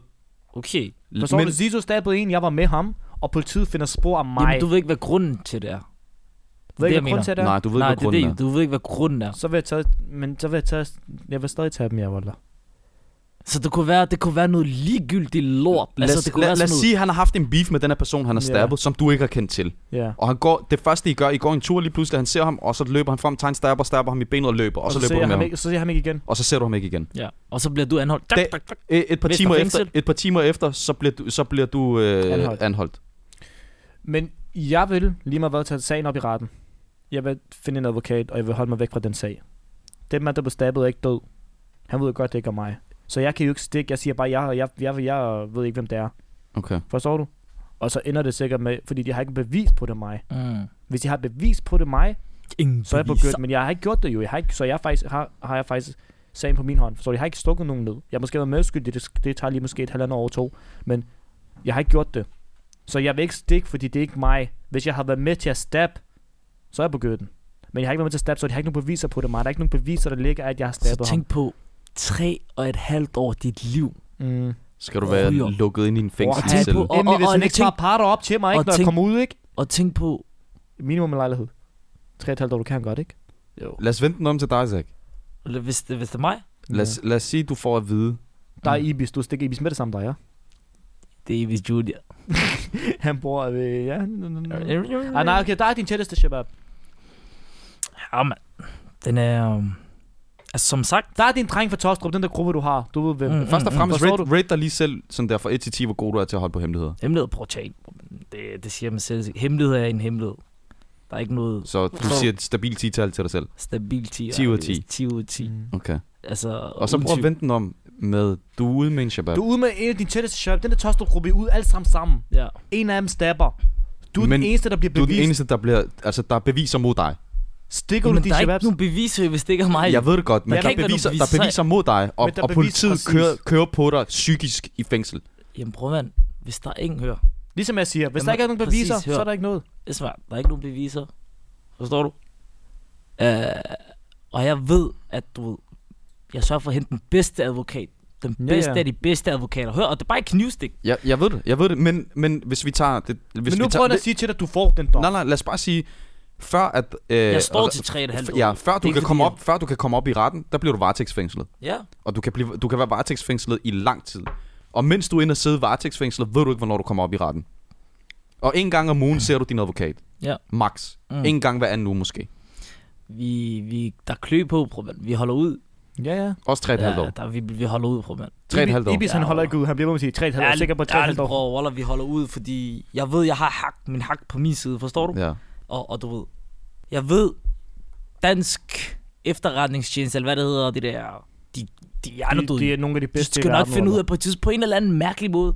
[SPEAKER 1] Okay.
[SPEAKER 4] Forstår men... du? Zizo stabbede en, jeg var med ham. Og politiet finder spor af mig.
[SPEAKER 1] Jamen, du ved ikke, hvad grunden til det er.
[SPEAKER 4] ved
[SPEAKER 1] det,
[SPEAKER 4] ikke,
[SPEAKER 1] jeg
[SPEAKER 4] hvad grunden
[SPEAKER 1] mener.
[SPEAKER 4] til det er?
[SPEAKER 3] Nej, du ved
[SPEAKER 1] Nej,
[SPEAKER 3] ikke,
[SPEAKER 1] det
[SPEAKER 3] hvad
[SPEAKER 1] er
[SPEAKER 3] grunden
[SPEAKER 1] det. jo.
[SPEAKER 3] er.
[SPEAKER 1] Du ved ikke, hvad grunden er.
[SPEAKER 4] Så vil jeg tage... Men så vil jeg tage... Jeg vil stadig tage dem, jeg Waller.
[SPEAKER 1] Så det kunne være, det kunne være noget ligegyldigt lort.
[SPEAKER 3] Lad,
[SPEAKER 1] altså, det kunne
[SPEAKER 3] lad,
[SPEAKER 1] være
[SPEAKER 3] lad
[SPEAKER 1] sådan
[SPEAKER 3] os
[SPEAKER 1] noget.
[SPEAKER 3] sige, at han har haft en beef med den her person, han har
[SPEAKER 4] Ja.
[SPEAKER 3] stabbet, som du ikke har kendt til.
[SPEAKER 4] Ja.
[SPEAKER 3] Og han går, det første, I gør, I går en tur lige pludselig, han ser ham, og så løber han frem, tager en stabber, stabber ham i benet og løber, og, så,
[SPEAKER 4] ser
[SPEAKER 3] løber
[SPEAKER 4] jeg
[SPEAKER 3] du med
[SPEAKER 4] ham
[SPEAKER 3] ham.
[SPEAKER 4] ikke, så ser jeg ham ikke igen.
[SPEAKER 3] Og så ser du ham ikke igen.
[SPEAKER 1] Ja. Og så bliver du anholdt. Tak,
[SPEAKER 3] Det-
[SPEAKER 1] tak, tak.
[SPEAKER 3] Et, et, par,
[SPEAKER 1] Vester
[SPEAKER 3] timer efter,
[SPEAKER 1] fængsel.
[SPEAKER 3] et par timer efter, så bliver du, så bliver du øh,
[SPEAKER 4] Anholdt.
[SPEAKER 3] anholdt. anholdt.
[SPEAKER 4] Men jeg vil lige meget hvad tage sagen op i retten. Jeg vil finde en advokat, og jeg vil holde mig væk fra den sag. Den mand, der blev stabbet, er ikke død. Han ved jo godt, det ikke er mig. Så jeg kan jo ikke stikke. Jeg siger bare, jeg, jeg, jeg, jeg ved ikke, hvem det er.
[SPEAKER 3] Okay.
[SPEAKER 4] Forstår du? Og så ender det sikkert med, fordi de har ikke bevis på det er mig.
[SPEAKER 1] Mm.
[SPEAKER 4] Hvis de har bevis på det er mig,
[SPEAKER 1] Ingen
[SPEAKER 4] så er jeg
[SPEAKER 1] beviser.
[SPEAKER 4] begyndt. Men jeg har ikke gjort det jo. Jeg har ikke, så jeg faktisk, har, har jeg faktisk sagen på min hånd. Så jeg har ikke stukket nogen ned. Jeg har måske været medskyldig. Det, det tager lige måske et halvandet år to. Men jeg har ikke gjort det. Så jeg vil ikke stikke, fordi det er ikke mig. Hvis jeg har været med til at stab, så er jeg begyndt. Men jeg har ikke været med til at stab, så jeg har ikke nogen beviser på det er mig. Der er ikke nogen beviser, der ligger, at jeg har
[SPEAKER 1] Så
[SPEAKER 4] stabbet ham.
[SPEAKER 1] tænk på tre og et halvt år af dit liv.
[SPEAKER 4] Mm.
[SPEAKER 3] Skal du være
[SPEAKER 1] Ryger.
[SPEAKER 3] lukket ind i en
[SPEAKER 1] Wow.
[SPEAKER 3] fængsel
[SPEAKER 1] Tempo. Og-
[SPEAKER 4] Endelig,
[SPEAKER 1] og-
[SPEAKER 4] hvis
[SPEAKER 1] og
[SPEAKER 4] han ikke
[SPEAKER 1] tænk-
[SPEAKER 4] tager parter op til mig,
[SPEAKER 1] og
[SPEAKER 4] ikke, når jeg
[SPEAKER 1] tænk-
[SPEAKER 4] kommer ud, ikke?
[SPEAKER 1] Og tænk på,
[SPEAKER 4] Minimum en lejlighed. 3,5 år, du kan godt, ikke?
[SPEAKER 3] Lad os vente den om til dig, Zach.
[SPEAKER 1] eller hvis det, hvis det er mig,
[SPEAKER 3] Lad os, lad os sige, du får at vide.
[SPEAKER 4] Der er Ibis. Du stikker Ibis med det samme, der ja.
[SPEAKER 1] det er Evis Junior.
[SPEAKER 4] Han bor ved... Ja. Ah, nej, okay, der er din tætteste, Shabab.
[SPEAKER 1] Ja, mand. Den er... øhm, Altså, som sagt,
[SPEAKER 4] Der er din dreng fra Tostrup, den der gruppe, du har. Du ved hvem.
[SPEAKER 1] Mm.
[SPEAKER 4] Mm.
[SPEAKER 3] Først og fremmest,
[SPEAKER 4] Forstår
[SPEAKER 3] rate, rate dig lige selv, sådan der fra 1 til 10, hvor god du er til at holde på hemmeligheder.
[SPEAKER 1] hemmelighed portal. Det, det siger man selv. Hemmelighed er en hemmelighed. Der er ikke noget
[SPEAKER 3] Så du
[SPEAKER 1] Forstår.
[SPEAKER 3] siger et stabilt 10-tal til dig selv.
[SPEAKER 1] stabilt 10.
[SPEAKER 3] 10 ud af 10.
[SPEAKER 1] 10 ud af 10.
[SPEAKER 4] Mm.
[SPEAKER 3] Okay.
[SPEAKER 1] Altså,
[SPEAKER 3] Og så
[SPEAKER 1] uden
[SPEAKER 3] prøv at
[SPEAKER 1] tvivl.
[SPEAKER 3] vente den om med, du er ude med en shabab.
[SPEAKER 4] Du er ude med en af dine tætteste shop. Den der Tostrup-gruppe, I er ude alle sammen sammen.
[SPEAKER 1] Ja.
[SPEAKER 4] En af dem stabber. Du er
[SPEAKER 3] Men
[SPEAKER 4] den eneste, der bliver
[SPEAKER 3] du er den
[SPEAKER 4] bevist.
[SPEAKER 3] eneste, der bliver, altså der er beviser mod dig.
[SPEAKER 4] Stikker du
[SPEAKER 1] Men
[SPEAKER 4] din
[SPEAKER 1] der er ikke
[SPEAKER 4] shababs?
[SPEAKER 1] nogen beviser, hvis det ikke er mig.
[SPEAKER 3] Jeg ved det godt, men der,
[SPEAKER 1] Der kan
[SPEAKER 3] der,
[SPEAKER 1] ikke være
[SPEAKER 3] beviser,
[SPEAKER 1] nogen
[SPEAKER 3] der
[SPEAKER 1] beviser.
[SPEAKER 3] er beviser mod dig, og,
[SPEAKER 4] Men der er
[SPEAKER 3] og
[SPEAKER 4] beviser,
[SPEAKER 3] politiet
[SPEAKER 4] præcis.
[SPEAKER 3] kører, kører på dig psykisk i fængsel.
[SPEAKER 1] Jamen prøv mand, hvis der er ingen hører.
[SPEAKER 4] Ligesom jeg siger, hvis
[SPEAKER 1] Jamen,
[SPEAKER 4] der ikke er nogen beviser,
[SPEAKER 1] præcis, hør.
[SPEAKER 4] så er der ikke noget.
[SPEAKER 1] Det er svært. Der er ikke nogen beviser. Forstår du? Øh, og jeg ved, at du ved, jeg sørger for at hente den bedste advokat. Den
[SPEAKER 4] Ja,
[SPEAKER 1] bedste
[SPEAKER 4] ja.
[SPEAKER 1] ja, ja. af de bedste advokater. Hør, og det er bare ikke knivstik.
[SPEAKER 3] Jeg, jeg ved det, jeg ved det, men, men hvis vi tager... Det, hvis
[SPEAKER 4] Men nu
[SPEAKER 3] vi
[SPEAKER 4] prøver
[SPEAKER 3] tager,
[SPEAKER 4] jeg at sige til dig, at du får den dom.
[SPEAKER 3] Nej, nej, lad os bare sige, før at... Øh,
[SPEAKER 1] Jeg står
[SPEAKER 3] re-
[SPEAKER 1] til 3,5
[SPEAKER 3] Ja, før
[SPEAKER 1] Det er
[SPEAKER 3] du,
[SPEAKER 1] ikke
[SPEAKER 3] kan
[SPEAKER 1] fordi,
[SPEAKER 3] komme
[SPEAKER 1] jeg-
[SPEAKER 3] op, før du kan komme op i retten, der bliver du varetægtsfængslet.
[SPEAKER 1] Ja.
[SPEAKER 3] Og du kan, blive, du kan være varetægtsfængslet i lang tid. Og mens du er inde og sidde varetægtsfængslet, ved du ikke, hvornår du kommer op i retten. Og en gang om ugen ser du din advokat.
[SPEAKER 1] Ja.
[SPEAKER 3] Max.
[SPEAKER 1] Mm.
[SPEAKER 3] Mm. En gang hver anden uge måske.
[SPEAKER 1] Vi, vi, der er klø på, prøv mand. Vi holder ud.
[SPEAKER 4] Ja, ja.
[SPEAKER 3] Også tre et halvt
[SPEAKER 1] Ja,
[SPEAKER 3] år.
[SPEAKER 1] der, vi, vi holder ud, prøv mand.
[SPEAKER 3] Tre et halvt år.
[SPEAKER 4] Ibis, han
[SPEAKER 1] Ja,
[SPEAKER 4] holder ikke ud. Han bliver ved med at sige 3,5 år. Jeg er sikker på 3,5 år.
[SPEAKER 1] Bror, Waller, vi holder ud, fordi jeg ved, jeg har hak, min hak på min side, forstår du? Ja.
[SPEAKER 3] Ja.
[SPEAKER 1] Og, og du ved, jeg ved, dansk efterretningstjeneste, eller hvad det hedder, det der, de, de er
[SPEAKER 4] De, de er nogle af de
[SPEAKER 1] de
[SPEAKER 4] bedste i
[SPEAKER 1] skal nok
[SPEAKER 4] verden,
[SPEAKER 1] finde ud
[SPEAKER 4] Robert.
[SPEAKER 1] af på et tidspunkt, på en eller anden mærkelig måde.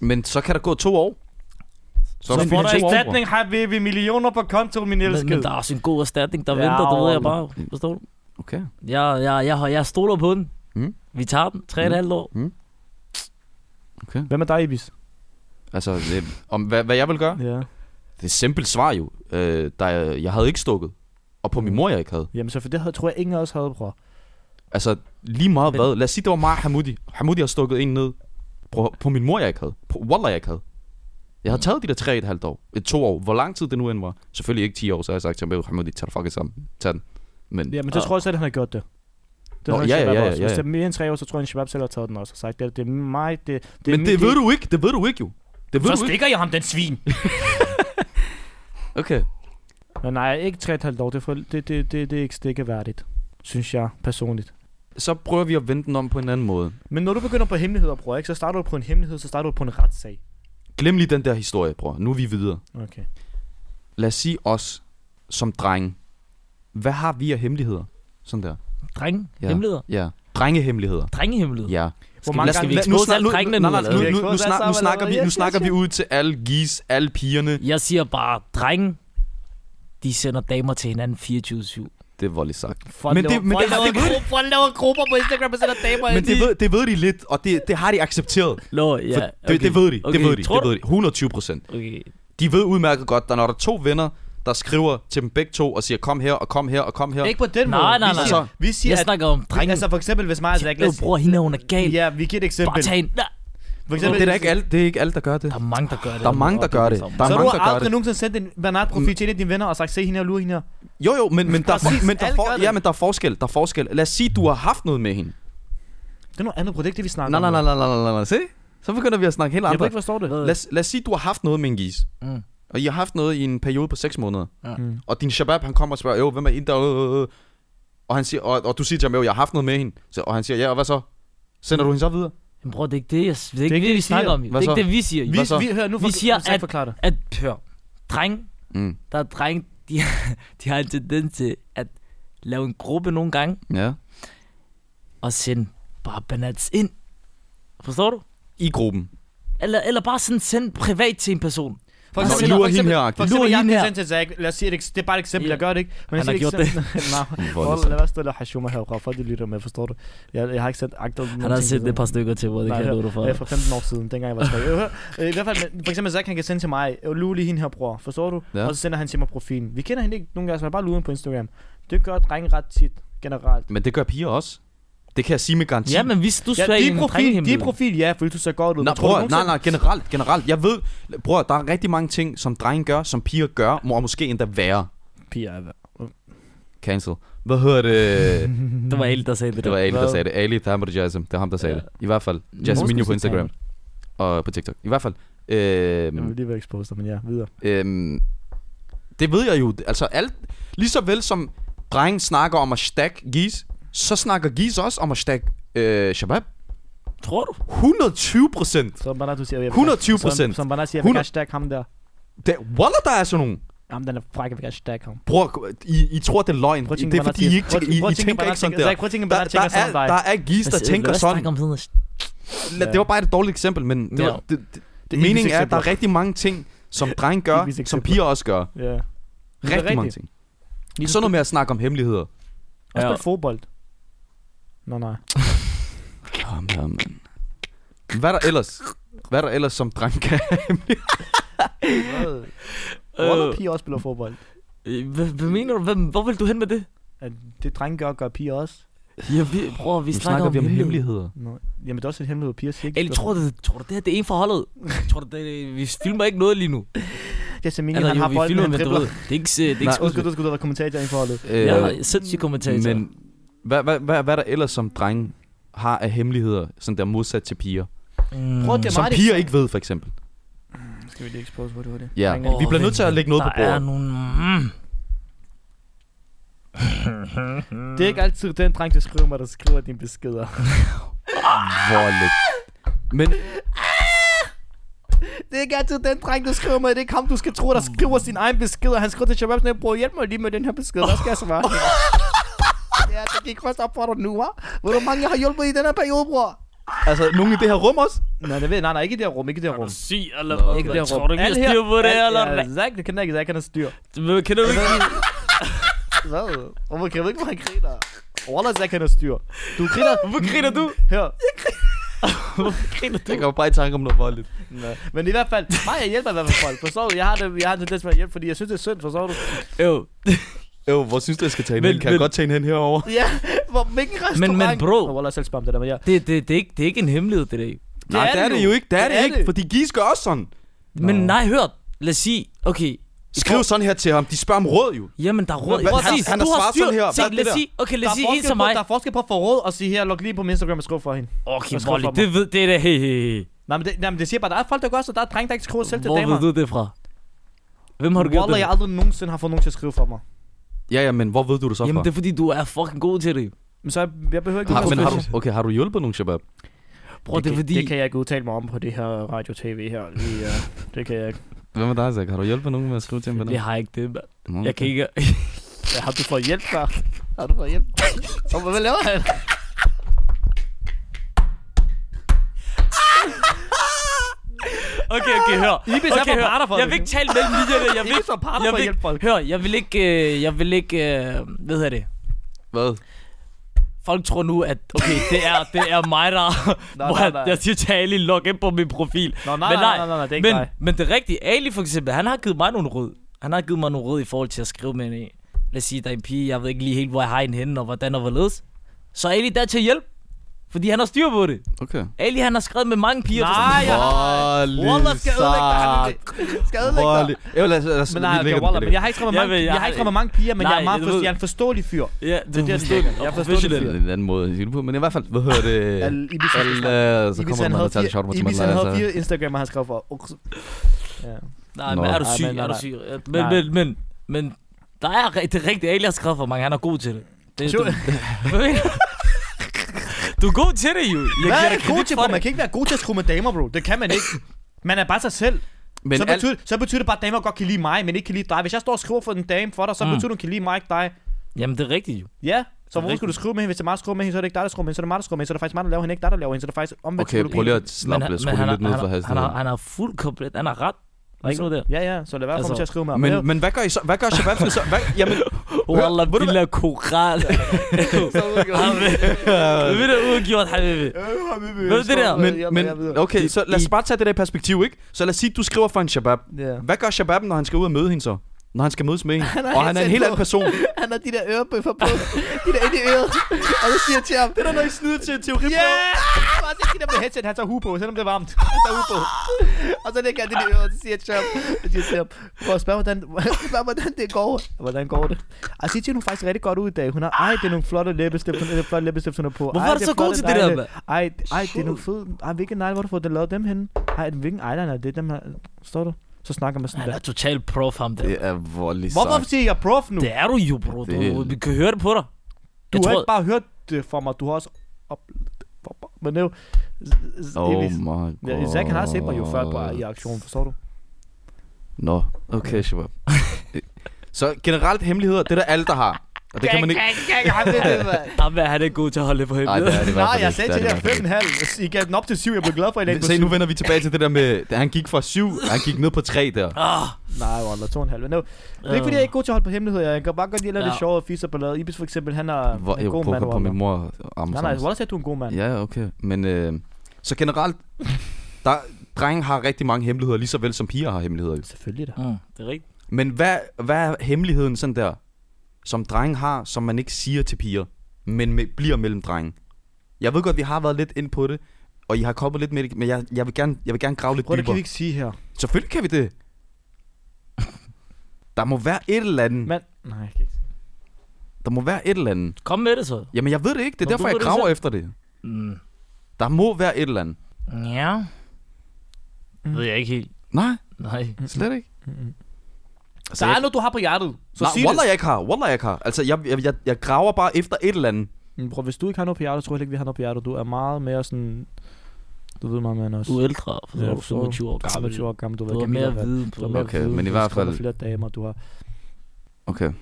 [SPEAKER 3] Men så kan der gå to år. Så,
[SPEAKER 4] Så
[SPEAKER 3] så
[SPEAKER 4] får der
[SPEAKER 3] får du to år. bror.
[SPEAKER 4] erstatning, har vi, vi millioner på konto, min
[SPEAKER 1] Men, men
[SPEAKER 4] elskede.
[SPEAKER 1] der er også en god erstatning, der
[SPEAKER 4] Ja,
[SPEAKER 1] ja, venter, det ved jeg bare,
[SPEAKER 4] Waller.
[SPEAKER 1] forstår du?
[SPEAKER 3] Okay.
[SPEAKER 1] Jeg, jeg, jeg, jeg, jeg stoler på den.
[SPEAKER 3] Mm.
[SPEAKER 1] Vi tager den, tre og et halvt år.
[SPEAKER 4] Hvem er dig, Ibis?
[SPEAKER 3] Altså, det, om, hvad, hvad jeg vil gøre?
[SPEAKER 4] Ja.
[SPEAKER 3] Det er simpelt svar jo. Øh, der, jeg havde ikke stukket. Og
[SPEAKER 1] Mm.
[SPEAKER 3] på min mor, jeg ikke havde.
[SPEAKER 4] Jamen, så for det havde- tror jeg, ingen af os havde, bror.
[SPEAKER 3] Altså, lige meget
[SPEAKER 1] Men-
[SPEAKER 3] hvad. Lad os sige, det var mig og Hamoudi. Hamoudi har stukket en ned. På, på min mor, jeg ikke havde. På Wallah, jeg ikke havde. Jeg har taget de der tre et halvt år. Et to år. Hvor lang tid det nu end var. Selvfølgelig ikke 10 år, så har jeg sagt til ham, "Øv, Hamoudi, tag dig fucking sammen. Tag den. Men
[SPEAKER 4] Jamen, så tror jeg selv, at han har gjort det. Det
[SPEAKER 3] Nå,
[SPEAKER 4] har en
[SPEAKER 3] ja, ja,
[SPEAKER 4] shabab
[SPEAKER 3] ja,
[SPEAKER 4] også.
[SPEAKER 3] ja,
[SPEAKER 4] Hvis
[SPEAKER 3] ja.
[SPEAKER 4] det er mere end tre år, så tror jeg, en shabab selv har taget den også og sagt, det, det er mig, det, det er
[SPEAKER 3] men
[SPEAKER 4] min-
[SPEAKER 3] det ved du ikke. Det ved du ikke jo. Det ved
[SPEAKER 4] Så
[SPEAKER 3] du ikke.
[SPEAKER 4] stikker jeg ham, den svin.
[SPEAKER 3] Okay.
[SPEAKER 4] Men nej, ikke 3,5 år. Det er, for, det, det, det, det er ikke stikkeværdigt, synes jeg personligt.
[SPEAKER 3] Så prøver vi at vende den om på en anden måde.
[SPEAKER 4] Men når du begynder på hemmeligheder, bror, ikke, så starter du på en hemmelighed, så starter du på en retssag.
[SPEAKER 3] Glem lige den der historie, bror. Nu er vi videre.
[SPEAKER 4] Okay.
[SPEAKER 3] Lad os sige os som drenge. Hvad har vi af hemmeligheder? Sådan der.
[SPEAKER 1] Drenge,
[SPEAKER 3] Ja.
[SPEAKER 1] hemmeligheder.
[SPEAKER 3] Ja. Drengehemmeligheder.
[SPEAKER 1] Drengehemmeligheder.
[SPEAKER 3] Ja.
[SPEAKER 4] Hvor
[SPEAKER 1] vi-
[SPEAKER 4] mange
[SPEAKER 1] lad os-
[SPEAKER 4] gange...
[SPEAKER 1] vi
[SPEAKER 3] Lad-
[SPEAKER 1] expose
[SPEAKER 3] snak-
[SPEAKER 1] alle drengene nu,
[SPEAKER 3] nej, nej,
[SPEAKER 1] eller
[SPEAKER 3] nu,
[SPEAKER 4] hvad?
[SPEAKER 3] nu,
[SPEAKER 4] Vi
[SPEAKER 3] nu,
[SPEAKER 4] expose
[SPEAKER 3] snak,
[SPEAKER 4] alle
[SPEAKER 3] nu
[SPEAKER 4] sammen,
[SPEAKER 3] snakker
[SPEAKER 4] eller
[SPEAKER 3] vi,
[SPEAKER 4] hvad?
[SPEAKER 3] nu
[SPEAKER 4] Yes,
[SPEAKER 3] snakker
[SPEAKER 4] yes,
[SPEAKER 3] vi ud til alle gis, alle pigerne.
[SPEAKER 1] Jeg siger bare, drenge, de sender damer til hinanden 24-7.
[SPEAKER 3] Det er voldeligt sagt.
[SPEAKER 1] Folk
[SPEAKER 3] Men det-
[SPEAKER 1] laver-
[SPEAKER 3] men
[SPEAKER 1] folk
[SPEAKER 3] det-
[SPEAKER 1] laver
[SPEAKER 3] det ved-
[SPEAKER 1] gru- folk laver grupper på Instagram og sender damer
[SPEAKER 3] Men
[SPEAKER 1] ind
[SPEAKER 3] det
[SPEAKER 1] i-
[SPEAKER 3] ved, det ved de lidt, og det, det har de accepteret.
[SPEAKER 1] Nå,
[SPEAKER 3] Ja,
[SPEAKER 1] ja.
[SPEAKER 3] for okay. det, det ved de, okay. det ved de,
[SPEAKER 1] Tror
[SPEAKER 3] det ved de. 120 procent.
[SPEAKER 1] du? Okay.
[SPEAKER 3] De ved udmærket godt, der når der er to venner, der skriver til dem begge to og siger, kom her og kom her og kom her.
[SPEAKER 4] Ikke på den
[SPEAKER 1] Nej,
[SPEAKER 4] måde.
[SPEAKER 1] nej,
[SPEAKER 4] vi
[SPEAKER 1] nej.
[SPEAKER 4] Siger, vi siger,
[SPEAKER 1] Jeg
[SPEAKER 4] at...
[SPEAKER 1] snakker om drenge.
[SPEAKER 4] Altså for eksempel, hvis mig og Zach... lad
[SPEAKER 1] Jeg
[SPEAKER 4] os-
[SPEAKER 1] bror, hende er, hun er gal.
[SPEAKER 4] Ja, vi giver et eksempel.
[SPEAKER 1] Bare tag hende. Nej,
[SPEAKER 4] For
[SPEAKER 3] Men
[SPEAKER 4] eksempel,
[SPEAKER 3] det er da ikke alle, det er ikke alle, der gør det.
[SPEAKER 1] Der er mange, der gør det.
[SPEAKER 3] Der er mange, der gør det.
[SPEAKER 4] så
[SPEAKER 3] Der er
[SPEAKER 4] du
[SPEAKER 3] mange,
[SPEAKER 4] har
[SPEAKER 3] der gør
[SPEAKER 4] aldrig
[SPEAKER 3] det.
[SPEAKER 4] nogensinde sendt en Bernard-profil til en af dine venner og sagt, se hende her, lure hende her.
[SPEAKER 3] Jo jo, men, men, der, er for-
[SPEAKER 4] Præcis,
[SPEAKER 3] men, der, er
[SPEAKER 4] alle gør
[SPEAKER 3] for,
[SPEAKER 4] det.
[SPEAKER 3] ja, men der er forskel, der er forskel. Lad os sige, du har haft noget med hende.
[SPEAKER 4] Det er noget andet produkt, det vi snakker
[SPEAKER 3] Nej, nej,
[SPEAKER 4] om.
[SPEAKER 3] nej, nej, nej, nej, nej, se. Så begynder vi at snakke helt
[SPEAKER 4] Jeg ved
[SPEAKER 3] andre.
[SPEAKER 4] ikke, forstår det.
[SPEAKER 3] Lad os, lad os sige, du har haft noget med en gis.
[SPEAKER 1] Mm.
[SPEAKER 3] Og I har haft noget i en periode på 6 måneder.
[SPEAKER 1] Ja.
[SPEAKER 4] Mm.
[SPEAKER 3] Og din shabab, han kommer og spørger, "Øh, hvem er en der? Øh, øh, øh?" Og, han siger, og, og du siger til ham, "Øh, jeg har haft noget med hende. Så, og han siger, ja, og hvad så? Sender du hende så videre?
[SPEAKER 1] Men bror, det er ikke det, jeg, det er
[SPEAKER 4] ikke
[SPEAKER 1] ikke det,
[SPEAKER 4] det,
[SPEAKER 1] vi
[SPEAKER 4] de
[SPEAKER 1] snakker
[SPEAKER 4] siger.
[SPEAKER 1] om. jo. Det
[SPEAKER 3] Hvad
[SPEAKER 1] er ikke
[SPEAKER 3] så?
[SPEAKER 1] det, vi siger. jo.
[SPEAKER 4] Vi,
[SPEAKER 3] Hvad så?
[SPEAKER 4] vi, hør, nu
[SPEAKER 1] Vi siger,
[SPEAKER 4] Zach
[SPEAKER 1] at-
[SPEAKER 4] forklarer det.
[SPEAKER 1] At, hør, drenge,
[SPEAKER 3] Mm.
[SPEAKER 1] der er drenge, de, de har en tendens til at lave en gruppe nogle gange,
[SPEAKER 3] Ja.
[SPEAKER 1] og sende bare banats ind. Forstår du?
[SPEAKER 3] I gruppen.
[SPEAKER 1] Eller, eller bare sådan sende privat til en person.
[SPEAKER 4] For
[SPEAKER 3] Nå,
[SPEAKER 4] eksempel,
[SPEAKER 3] lurer
[SPEAKER 4] for
[SPEAKER 3] hende
[SPEAKER 4] eksempel,
[SPEAKER 3] her-agtigt.
[SPEAKER 4] for eksempel
[SPEAKER 1] Lurer
[SPEAKER 4] jeg
[SPEAKER 1] hende
[SPEAKER 4] kan
[SPEAKER 1] her.
[SPEAKER 4] sende til Zach, lad os sige et eks- det er bare et eksempel,
[SPEAKER 1] Ja.
[SPEAKER 4] jeg gør det ikke. Men jeg
[SPEAKER 1] Han har
[SPEAKER 4] siger
[SPEAKER 1] gjort
[SPEAKER 4] et eksempel. Nå,
[SPEAKER 3] Voldeligt.
[SPEAKER 4] Walla, lad være stille og hashuma herfra, for de lytter med, forstår du? Jeg, jeg har ikke sendt akter.
[SPEAKER 1] Han har sendt et par stykker til, hvor det
[SPEAKER 4] Nej,
[SPEAKER 1] kan jeg
[SPEAKER 4] hør,
[SPEAKER 1] love dig for.
[SPEAKER 4] øh, for 15 år siden, dengang jeg var tre. Øh, hør, øh, I hvert fald, men for eksempel Zach, han kan sende til mig, og lue lige hende her, bror, forstår du?
[SPEAKER 3] Ja.
[SPEAKER 4] Og så sender han til mig profilen. Vi kender hende ikke nogen gange, så jeg bare lurer hende på Instagram. Det gør drenge ret tit, generelt.
[SPEAKER 3] Men det gør piger også. Det kan jeg sige med garanti.
[SPEAKER 1] Ja, men hvis du
[SPEAKER 4] Ja,
[SPEAKER 1] spørger
[SPEAKER 4] din
[SPEAKER 1] en
[SPEAKER 4] profil, din
[SPEAKER 1] drengehimmel,
[SPEAKER 4] profil, ja, fordi du ser godt ud.
[SPEAKER 3] Nå,
[SPEAKER 4] Men tror du
[SPEAKER 3] bror, nej,
[SPEAKER 4] nogensinde-
[SPEAKER 3] nej, generelt, generelt. Jeg ved, bror, der er rigtig mange ting, som drenge gør, som piger gør, må og måske endda være.
[SPEAKER 4] Piger er værd.
[SPEAKER 3] Mm. Cancel. Hvad hedder det?
[SPEAKER 1] det var alle, der sagde det.
[SPEAKER 3] Det var Ali, der
[SPEAKER 4] Hvad?
[SPEAKER 3] sagde det. Ali Thamber Jasm. Det er ham, der sagde
[SPEAKER 1] Ja.
[SPEAKER 3] det. I hvert fald.
[SPEAKER 4] Måske
[SPEAKER 3] Jasmine jo på
[SPEAKER 4] sige
[SPEAKER 3] Instagram. Og på TikTok. I hvert fald. Øh,
[SPEAKER 4] Jeg vil lige være exposed, men ja, videre.
[SPEAKER 3] Øhm, det ved jeg jo. Altså alt, lige så vel som drenge snakker om at stack gis, så snakker Giz også om at stakke øh, Shabab.
[SPEAKER 1] Tror du?
[SPEAKER 3] 120 procent.
[SPEAKER 4] Som Banat, du siger. jeg vil
[SPEAKER 3] 120
[SPEAKER 4] gerne-
[SPEAKER 3] procent.
[SPEAKER 4] Som, som Banat siger, jeg vil
[SPEAKER 3] 100
[SPEAKER 4] gerne stærke ham der.
[SPEAKER 3] Det, Wallah, der er sådan nogen.
[SPEAKER 4] Ham, den er fræk, jeg vil gerne stærke ham.
[SPEAKER 3] Bror, I, I tror, det er løgn.
[SPEAKER 4] Prøv at tænke,
[SPEAKER 3] det er,
[SPEAKER 4] Banat
[SPEAKER 3] fordi I,
[SPEAKER 4] siger-
[SPEAKER 3] ikke,
[SPEAKER 4] prøv at-
[SPEAKER 3] tænker- I,
[SPEAKER 4] prøv at
[SPEAKER 3] I
[SPEAKER 4] tænke,
[SPEAKER 3] tænker
[SPEAKER 4] Banat
[SPEAKER 3] ikke sådan
[SPEAKER 4] tænker-
[SPEAKER 3] der.
[SPEAKER 4] Zach, prøv at tænke,
[SPEAKER 3] Der,
[SPEAKER 4] Banat
[SPEAKER 3] der,
[SPEAKER 4] tænker sådan Altså,
[SPEAKER 3] er,
[SPEAKER 4] dig.
[SPEAKER 3] der er Giz, der
[SPEAKER 1] Altså,
[SPEAKER 3] tænker sådan. Lad-
[SPEAKER 4] Ja.
[SPEAKER 3] Det var bare et dårligt eksempel, men det
[SPEAKER 1] Ja.
[SPEAKER 3] var, det, det,
[SPEAKER 4] Det
[SPEAKER 3] det
[SPEAKER 4] er
[SPEAKER 3] meningen
[SPEAKER 4] Ibis
[SPEAKER 3] er, at der er
[SPEAKER 4] eksempler.
[SPEAKER 3] rigtig mange ting, som dreng gør,
[SPEAKER 4] Ibis
[SPEAKER 3] som
[SPEAKER 4] eksempler.
[SPEAKER 3] piger også gør.
[SPEAKER 4] Ja. er
[SPEAKER 3] Rigtig mange
[SPEAKER 4] rigtigt.
[SPEAKER 3] ting. Sådan noget med at snakke om hemmeligheder.
[SPEAKER 4] Og
[SPEAKER 1] Ja.
[SPEAKER 4] spille fodbold. Nå, nej.
[SPEAKER 3] Kom her, mand. Hvad er der ellers? Hvad er der ellers, som dreng kan?
[SPEAKER 4] Hvor piger også spiller fodbold?
[SPEAKER 1] Øh, Hvad, hvad mener du? Hvad, hvor vil du hen med det?
[SPEAKER 4] At det drenge gør, gør piger også.
[SPEAKER 1] Ja, vi, bror, vi
[SPEAKER 3] Nu snakker vi om hemmeligheder.
[SPEAKER 4] Nå. Jamen, det er også et hemmelighed, at piger siger ikke.
[SPEAKER 1] Eller tror du, tror du, det her det er en forholdet? tror du, det, vi filmer ikke noget lige nu?
[SPEAKER 4] Det er
[SPEAKER 1] Eller
[SPEAKER 4] han
[SPEAKER 1] jo,
[SPEAKER 4] har
[SPEAKER 1] vi
[SPEAKER 4] bolden,
[SPEAKER 1] filmer,
[SPEAKER 4] han
[SPEAKER 1] men du
[SPEAKER 4] dribler.
[SPEAKER 1] ved, det er ikke, øh, det er
[SPEAKER 3] Nej,
[SPEAKER 1] ikke
[SPEAKER 4] Undskyld,
[SPEAKER 1] skuespil.
[SPEAKER 4] undskyld, du har været kommentator i forholdet.
[SPEAKER 3] Øh,
[SPEAKER 1] Jeg har sindssygt kommentator. Men,
[SPEAKER 3] men hvad, hvad, hvad, hvad er der ellers, som dreng har af hemmeligheder, sådan der modsat til piger?
[SPEAKER 1] mm,
[SPEAKER 4] Prøv at
[SPEAKER 3] Som
[SPEAKER 4] meget
[SPEAKER 3] piger
[SPEAKER 4] interessant.
[SPEAKER 3] ikke ved, for eksempel.
[SPEAKER 4] Skal vi lige expose, hvor du var det?
[SPEAKER 3] Ja,
[SPEAKER 4] Drengene.
[SPEAKER 3] vi bliver nødt til at lægge noget på
[SPEAKER 1] Der er
[SPEAKER 3] bordet.
[SPEAKER 1] nogle... Mm,
[SPEAKER 4] Det er ikke altid den dreng, der skriver mig, der skriver dine beskeder.
[SPEAKER 3] Hvor lidt. Men
[SPEAKER 4] Det er ikke altid den dreng, der skriver mig. Det er ikke ham, du skal tro, der skriver sin egen besked. Og han skriver til Shabab, sådan, bror, hjælp mig lige med den her besked. Hvad skal jeg svare? ja, det gik først op for dig nu, hva'? Hvor mange, jeg har hjulpet i den her periode, bror?
[SPEAKER 3] altså, nogen i det her rum også?
[SPEAKER 4] Nej, det ved, nej, nej, ikke i det her rum, ikke i det her rum.
[SPEAKER 1] Sig, eller
[SPEAKER 3] Nå,
[SPEAKER 1] hvad?
[SPEAKER 4] Ikke i det her rum.
[SPEAKER 1] Tror du ikke, jeg
[SPEAKER 4] Alle her-
[SPEAKER 1] styrer på det,
[SPEAKER 4] alle-
[SPEAKER 1] eller
[SPEAKER 4] ja, Zach, det kan jeg ikke, Zach, han er styr.
[SPEAKER 1] hvad? Kender du ikke?
[SPEAKER 4] Hvad? Hvorfor kan jeg ikke, hvor han griner? Wallah, Zach, han er styr. Du griner
[SPEAKER 1] Hvorfor griner du?
[SPEAKER 4] her.
[SPEAKER 1] Hvorfor griner du?
[SPEAKER 3] Jeg kommer bare i tanke om noget voldeligt.
[SPEAKER 4] Nej. Men i hvert fald, mig, jeg hjælper i hvert fald folk. Forstår du? Jeg har det, jeg har det tendens med at hjælpe, fordi jeg synes, det er synd, forstår du?
[SPEAKER 1] Jo.
[SPEAKER 3] Jo, hvor synes du, jeg skal tage en
[SPEAKER 1] Men-
[SPEAKER 3] hen? Kan jeg
[SPEAKER 1] men-
[SPEAKER 3] godt tage en hen herover?
[SPEAKER 4] Ja, hvor, hvilken restaurant?
[SPEAKER 1] Men- men bro.
[SPEAKER 4] Oh, Wallah, selv spam det der, men ja.
[SPEAKER 1] Det, det, det, er ikke, det er ikke en hemmelighed, det der.
[SPEAKER 3] Nej, det er det jo ikke. Det er det ikke, fordi Gis gør også sådan.
[SPEAKER 1] Men nej, hør. Lad os sige, okay,
[SPEAKER 3] Skriv sådan her til ham. De spørger om råd jo.
[SPEAKER 1] Jamen, der er råd.
[SPEAKER 3] Hvad-
[SPEAKER 1] Præcis,
[SPEAKER 3] han- han har
[SPEAKER 1] du har
[SPEAKER 3] svaret sådan
[SPEAKER 1] styr.
[SPEAKER 3] her.
[SPEAKER 1] Se,
[SPEAKER 3] Hvad er
[SPEAKER 1] lad
[SPEAKER 3] det
[SPEAKER 1] os
[SPEAKER 3] der?
[SPEAKER 1] sige, okay, lad
[SPEAKER 4] Der
[SPEAKER 1] os
[SPEAKER 4] er,
[SPEAKER 1] sige en
[SPEAKER 4] forskel
[SPEAKER 1] som
[SPEAKER 4] på,
[SPEAKER 1] mig.
[SPEAKER 4] der er forskel på at få råd og sige her, log lige på min Instagram og skriv for hende.
[SPEAKER 1] Okay,
[SPEAKER 4] Jeg skriver
[SPEAKER 1] Molly,
[SPEAKER 4] for mig.
[SPEAKER 1] det ved det er da, hey, hey, hey.
[SPEAKER 4] Nej, men det, nej, men det siger bare, der er folk, der gør så der er drenge, der ikke skriver selv til
[SPEAKER 1] Hvor
[SPEAKER 4] damer.
[SPEAKER 1] ved du det fra? Hvem har du gjort
[SPEAKER 4] Wallah,
[SPEAKER 1] det?
[SPEAKER 4] jeg aldrig nogensinde har fået nogen til at skrive for mig.
[SPEAKER 3] Ja, ja, men hvor ved du det så
[SPEAKER 1] Jamen,
[SPEAKER 3] fra?
[SPEAKER 1] det er fordi, du er fucking god til det.
[SPEAKER 4] Men så jeg, jeg behøver ikke
[SPEAKER 3] Har, men
[SPEAKER 4] udtale
[SPEAKER 3] har
[SPEAKER 4] mig.
[SPEAKER 3] du, okay, har du hjulpet nogle shabab?
[SPEAKER 1] Bror, det, er
[SPEAKER 4] kan,
[SPEAKER 1] fordi...
[SPEAKER 4] det kan jeg ikke udtale mig om på det her radio-tv her. Lige, uh, det kan jeg ikke. Hvad
[SPEAKER 3] Hvad med dig, Zach? Har du hjulpet nogen med at skrive til ham?
[SPEAKER 1] Vi har ikke det, mand. Jeg kan ikke...
[SPEAKER 4] Ja, har du fået hjælp der? Har du fået hjælp? Og hvad laver han?
[SPEAKER 1] Okay, okay, hør.
[SPEAKER 4] Ibis er
[SPEAKER 1] okay,
[SPEAKER 4] for parter for
[SPEAKER 1] Jeg
[SPEAKER 4] det.
[SPEAKER 1] vil ikke tale mellem linjerne. Jeg vil
[SPEAKER 4] Ibis er for parter
[SPEAKER 1] jeg
[SPEAKER 4] for at
[SPEAKER 1] vil-
[SPEAKER 4] hjælpe folk.
[SPEAKER 1] Hør, jeg vil ikke... øh, Jeg vil ikke... øh, Hvad hedder det?
[SPEAKER 3] Hvad?
[SPEAKER 1] Folk tror nu, at okay, det er, det er mig, der...
[SPEAKER 4] Nå,
[SPEAKER 1] hvor
[SPEAKER 4] nej,
[SPEAKER 1] jeg-
[SPEAKER 4] nej.
[SPEAKER 1] Jeg siger til Ali, log ind på min profil.
[SPEAKER 4] Nå, nej,
[SPEAKER 1] Men
[SPEAKER 4] nej, nej, nej, nej, det er ikke
[SPEAKER 1] men,
[SPEAKER 4] dig.
[SPEAKER 1] men det er rigtigt. Ali for eksempel, han har givet mig nogle råd. Han har givet mig nogle råd i forhold til at skrive med en. øh, Lad os sige, der er en pige, jeg ved ikke lige helt, hvor jeg har hende henne, og hvordan og hvorledes. Så er Ali der til hjælp. Fordi han har styr på det.
[SPEAKER 3] Okay.
[SPEAKER 1] Ali, han har skrevet med mange piger. for
[SPEAKER 4] Nej, jeg har... Wallah
[SPEAKER 3] Voldeligt
[SPEAKER 4] skal ødelægge dig. han vil- Skal ødelægge dig.
[SPEAKER 3] Jo, lad os... Lad os
[SPEAKER 4] Men
[SPEAKER 3] vi
[SPEAKER 4] nej,
[SPEAKER 3] lægger
[SPEAKER 4] okay,
[SPEAKER 3] den-
[SPEAKER 4] Wallah, men jeg
[SPEAKER 3] vi lægger
[SPEAKER 4] har ikke skrevet
[SPEAKER 1] Jeg
[SPEAKER 4] med mange,
[SPEAKER 1] ved- jeg
[SPEAKER 4] jeg har
[SPEAKER 1] har-
[SPEAKER 4] ikke skrevet med mange piger, men
[SPEAKER 1] Nej,
[SPEAKER 4] jeg er meget
[SPEAKER 1] du
[SPEAKER 4] forst-
[SPEAKER 1] ved-
[SPEAKER 4] jeg er en forståelig fyr.
[SPEAKER 1] eksempel. Ja,
[SPEAKER 4] det, jeg tænker. Jeg forstår det,
[SPEAKER 1] og professionel.
[SPEAKER 3] den. Det er en anden måde at sige det på, men i hvert fald, hvad hedder det?
[SPEAKER 4] Al- Ibis-
[SPEAKER 3] Al- altså, Så
[SPEAKER 4] Ibis, han
[SPEAKER 3] kommer den her
[SPEAKER 4] havde
[SPEAKER 3] og tager
[SPEAKER 4] fire-
[SPEAKER 3] det sjovt mod altså.
[SPEAKER 4] Ibis, han havde fire Instagrammer, han skrev for. Ja.
[SPEAKER 1] Nej,
[SPEAKER 3] Nå.
[SPEAKER 1] men er du
[SPEAKER 4] Nej,
[SPEAKER 1] syg?
[SPEAKER 4] men nej,
[SPEAKER 1] er du
[SPEAKER 4] nej.
[SPEAKER 1] syg? Ja, Men,
[SPEAKER 4] Nej.
[SPEAKER 1] men, men, men, der er ri- det rigtige Ali har skrevet for mange. Han er god til det. det,
[SPEAKER 4] Jo.
[SPEAKER 1] det Hvad mener du? du er god til det, jo. Jeg
[SPEAKER 4] Hvad
[SPEAKER 1] giver
[SPEAKER 4] er
[SPEAKER 1] dig
[SPEAKER 4] det god
[SPEAKER 1] kredit
[SPEAKER 4] til,
[SPEAKER 1] for
[SPEAKER 4] bro? Man kan ikke være god til at skrue med damer, bro. Det kan man ikke. Man er bare sig selv.
[SPEAKER 3] Men
[SPEAKER 4] så,
[SPEAKER 3] alt...
[SPEAKER 4] betyder, så betyder det bare, at damer godt kan lide mig, men ikke kan lide dig. Hvis jeg står og skriver for en dame for dig, så mm.
[SPEAKER 1] Mm.
[SPEAKER 4] betyder det, hun kan lide mig, ikke dig.
[SPEAKER 1] Jamen, det er rigtigt, jo.
[SPEAKER 4] Ja, så hvorfor
[SPEAKER 1] rigtigt.
[SPEAKER 4] skulle du skrive med hende? Hvis det er mig, der skriver med hende, så er det ikke dig, der skriver med hende. Så er det mig, der skriver med hende. Så er det faktisk mig, der laver hende, ikke dig, der laver hende. Så er det faktisk omvendt.
[SPEAKER 3] Okay,
[SPEAKER 4] psykologi.
[SPEAKER 3] prøv lige at slappe lidt, skrue
[SPEAKER 1] han,
[SPEAKER 3] lidt ned
[SPEAKER 1] han,
[SPEAKER 3] for
[SPEAKER 1] han, han, har,
[SPEAKER 3] hastigheden.
[SPEAKER 1] han har fuld komplet. Han har ret. Der er ikke noget der.
[SPEAKER 4] Ja, ja, så lad være altså,
[SPEAKER 1] Altså,
[SPEAKER 4] til at skrive med ham.
[SPEAKER 3] Men, men hvad gør I så? Hvad gør Shabab så? Hvad, jamen,
[SPEAKER 1] Wallah,
[SPEAKER 3] ved du
[SPEAKER 1] billah, koral. Ved du, udgjort, habibi. Ved du det der?
[SPEAKER 3] men, men okay, så lad os bare tage det der i perspektiv, ikke? Så lad os sige, at du skriver for en Shabab.
[SPEAKER 4] Ja.
[SPEAKER 3] Hvad gør Shababen, når han skal ud og møde hende så? Når han skal mødes med hende.
[SPEAKER 4] har
[SPEAKER 3] og han er
[SPEAKER 4] headset
[SPEAKER 3] en helt
[SPEAKER 4] på.
[SPEAKER 3] anden person.
[SPEAKER 4] Han har de der ørebøffer på. de der inde i øret. Og så siger jeg til ham, det er der noget snyde til en teori på. Yeah! Bare se de der med headset, han tager hue på, selvom det er varmt. Han tager hue på. Og så lægger han det i øret, og så siger jeg til ham, jeg siger til ham, prøv at spørge, hvordan, spørg, hvordan det går. Hvordan går det? Og Sitchin, hun er faktisk rigtig godt ud i dag. Hun har, ej, det er nogle flotte læbestift, hun, eller flotte læbestift, hun er på.
[SPEAKER 1] Hvorfor
[SPEAKER 4] Ej,
[SPEAKER 1] er du
[SPEAKER 4] det
[SPEAKER 1] så god
[SPEAKER 4] flotte
[SPEAKER 1] til det der,
[SPEAKER 4] negle.
[SPEAKER 1] mand?
[SPEAKER 4] Ej, d- ej, det er nogle fede. Ej, hvilke negle, hvor har du fået det lavet dem henne? Ej, hvilken eyeliner er det dem her? Står du? Så snakker man sådan
[SPEAKER 1] Han
[SPEAKER 4] der.
[SPEAKER 1] er total prof, ham der.
[SPEAKER 3] er voldeligt
[SPEAKER 4] Hvorfor siger jeg prof nu?
[SPEAKER 1] Det er du jo, bro. Du,
[SPEAKER 3] Det-
[SPEAKER 1] vi kan høre det på dig.
[SPEAKER 4] Du
[SPEAKER 1] Jeg
[SPEAKER 4] har
[SPEAKER 1] tror-
[SPEAKER 4] ikke bare hørt det fra mig. Du har også oplevet det for mig. Men det er jo... z- z-
[SPEAKER 3] Oh
[SPEAKER 4] evigt.
[SPEAKER 3] my god.
[SPEAKER 4] ligesom- Ja, Zack, han har set mig jo før på, i aktion, forstår du?
[SPEAKER 3] Nå, okay, shabab. Så generelt hemmeligheder, det er der alle, der har. Og det kan man ikke...
[SPEAKER 1] Ham er, han er god til at holde på
[SPEAKER 3] Nej, det
[SPEAKER 1] hemmelighed.
[SPEAKER 3] er det i hvert
[SPEAKER 4] Nej,
[SPEAKER 3] fald
[SPEAKER 4] jeg
[SPEAKER 3] ikke.
[SPEAKER 4] sagde
[SPEAKER 3] er
[SPEAKER 4] til
[SPEAKER 3] det i
[SPEAKER 4] jer
[SPEAKER 3] hvert fald ikke.
[SPEAKER 4] 5,5. I gav den op til 7. Jeg blev glad for i dag.
[SPEAKER 3] Men
[SPEAKER 4] på
[SPEAKER 3] Se,
[SPEAKER 4] syv.
[SPEAKER 3] nu vender vi tilbage til det der med, da han gik fra 7, han gik ned på 3 der.
[SPEAKER 1] Ah,
[SPEAKER 4] Nej, Walla, 2,5. Men no. Det er ikke, fordi jeg er ikke god til at holde på hemmeligheder. Jeg kan bare godt lide at lave
[SPEAKER 1] Ja.
[SPEAKER 4] det sjove og fisse på lavet. Ibis for eksempel, han er
[SPEAKER 3] Hvor,
[SPEAKER 4] en
[SPEAKER 3] jeg
[SPEAKER 4] god
[SPEAKER 3] poker
[SPEAKER 4] mand,
[SPEAKER 3] på min
[SPEAKER 4] Walla.
[SPEAKER 3] mor.
[SPEAKER 4] Nej, nej, Walla sagde, at du er en god mand.
[SPEAKER 3] Ja, okay. Men øh, så generelt, der, drenge har rigtig mange hemmeligheder, lige så vel som piger har hemmeligheder. Jo.
[SPEAKER 4] Selvfølgelig da.
[SPEAKER 1] mm, det er rigtigt.
[SPEAKER 3] Men hvad, hvad er hemmeligheden sådan der, som drenge har, som man ikke siger til piger, men me, bliver mellem drenge? Jeg ved godt, vi har været lidt ind på det, og I har kommet lidt med det, men jeg, jeg, vil, gerne, jeg vil gerne grave lidt
[SPEAKER 4] Prøv, det kan
[SPEAKER 3] dybere.
[SPEAKER 4] vi ikke sige her.
[SPEAKER 3] Selvfølgelig kan vi det. Der må være et eller andet.
[SPEAKER 4] Men, nej, jeg kan ikke sige.
[SPEAKER 3] Der må være et eller andet.
[SPEAKER 1] Kom med det så.
[SPEAKER 3] Jamen, jeg ved det ikke. Det er Nå,
[SPEAKER 1] Nå, du
[SPEAKER 3] derfor,
[SPEAKER 1] ved
[SPEAKER 3] jeg
[SPEAKER 1] det
[SPEAKER 3] graver
[SPEAKER 1] selv.
[SPEAKER 3] efter det.
[SPEAKER 1] Mm.
[SPEAKER 3] Der må være et eller andet.
[SPEAKER 1] Ja.
[SPEAKER 4] Mm.
[SPEAKER 1] Det ved jeg ikke helt.
[SPEAKER 3] Nej,
[SPEAKER 1] Nej.
[SPEAKER 3] slet ikke.
[SPEAKER 4] Mm-mm.
[SPEAKER 3] Altså,
[SPEAKER 4] Der er
[SPEAKER 3] jeg,
[SPEAKER 4] noget, du har på hjertet. Så
[SPEAKER 3] nej,
[SPEAKER 4] sig
[SPEAKER 3] wallah,
[SPEAKER 4] det.
[SPEAKER 3] jeg ikke har. Wallah, jeg ikke har. Altså, jeg, jeg, jeg, jeg graver bare efter et eller andet.
[SPEAKER 4] Men Bror, hvis du ikke har noget på hjertet, tror jeg heller ikke, vi har noget på hjertet. Du er meget mere sådan... Du ved meget mere end os.
[SPEAKER 1] Du er ældre, for
[SPEAKER 4] Ja,
[SPEAKER 1] du er
[SPEAKER 4] forstår du.
[SPEAKER 1] 25 år gammel.
[SPEAKER 4] 25 år gammel, du,
[SPEAKER 1] Du har
[SPEAKER 4] Camilla,
[SPEAKER 1] mere
[SPEAKER 4] hvad-
[SPEAKER 1] viden på
[SPEAKER 4] Du har mere
[SPEAKER 3] Okay,
[SPEAKER 4] viden,
[SPEAKER 3] men i
[SPEAKER 4] du
[SPEAKER 3] hvert
[SPEAKER 4] skruer
[SPEAKER 3] fald-
[SPEAKER 4] flere damer, du har...
[SPEAKER 3] Okay.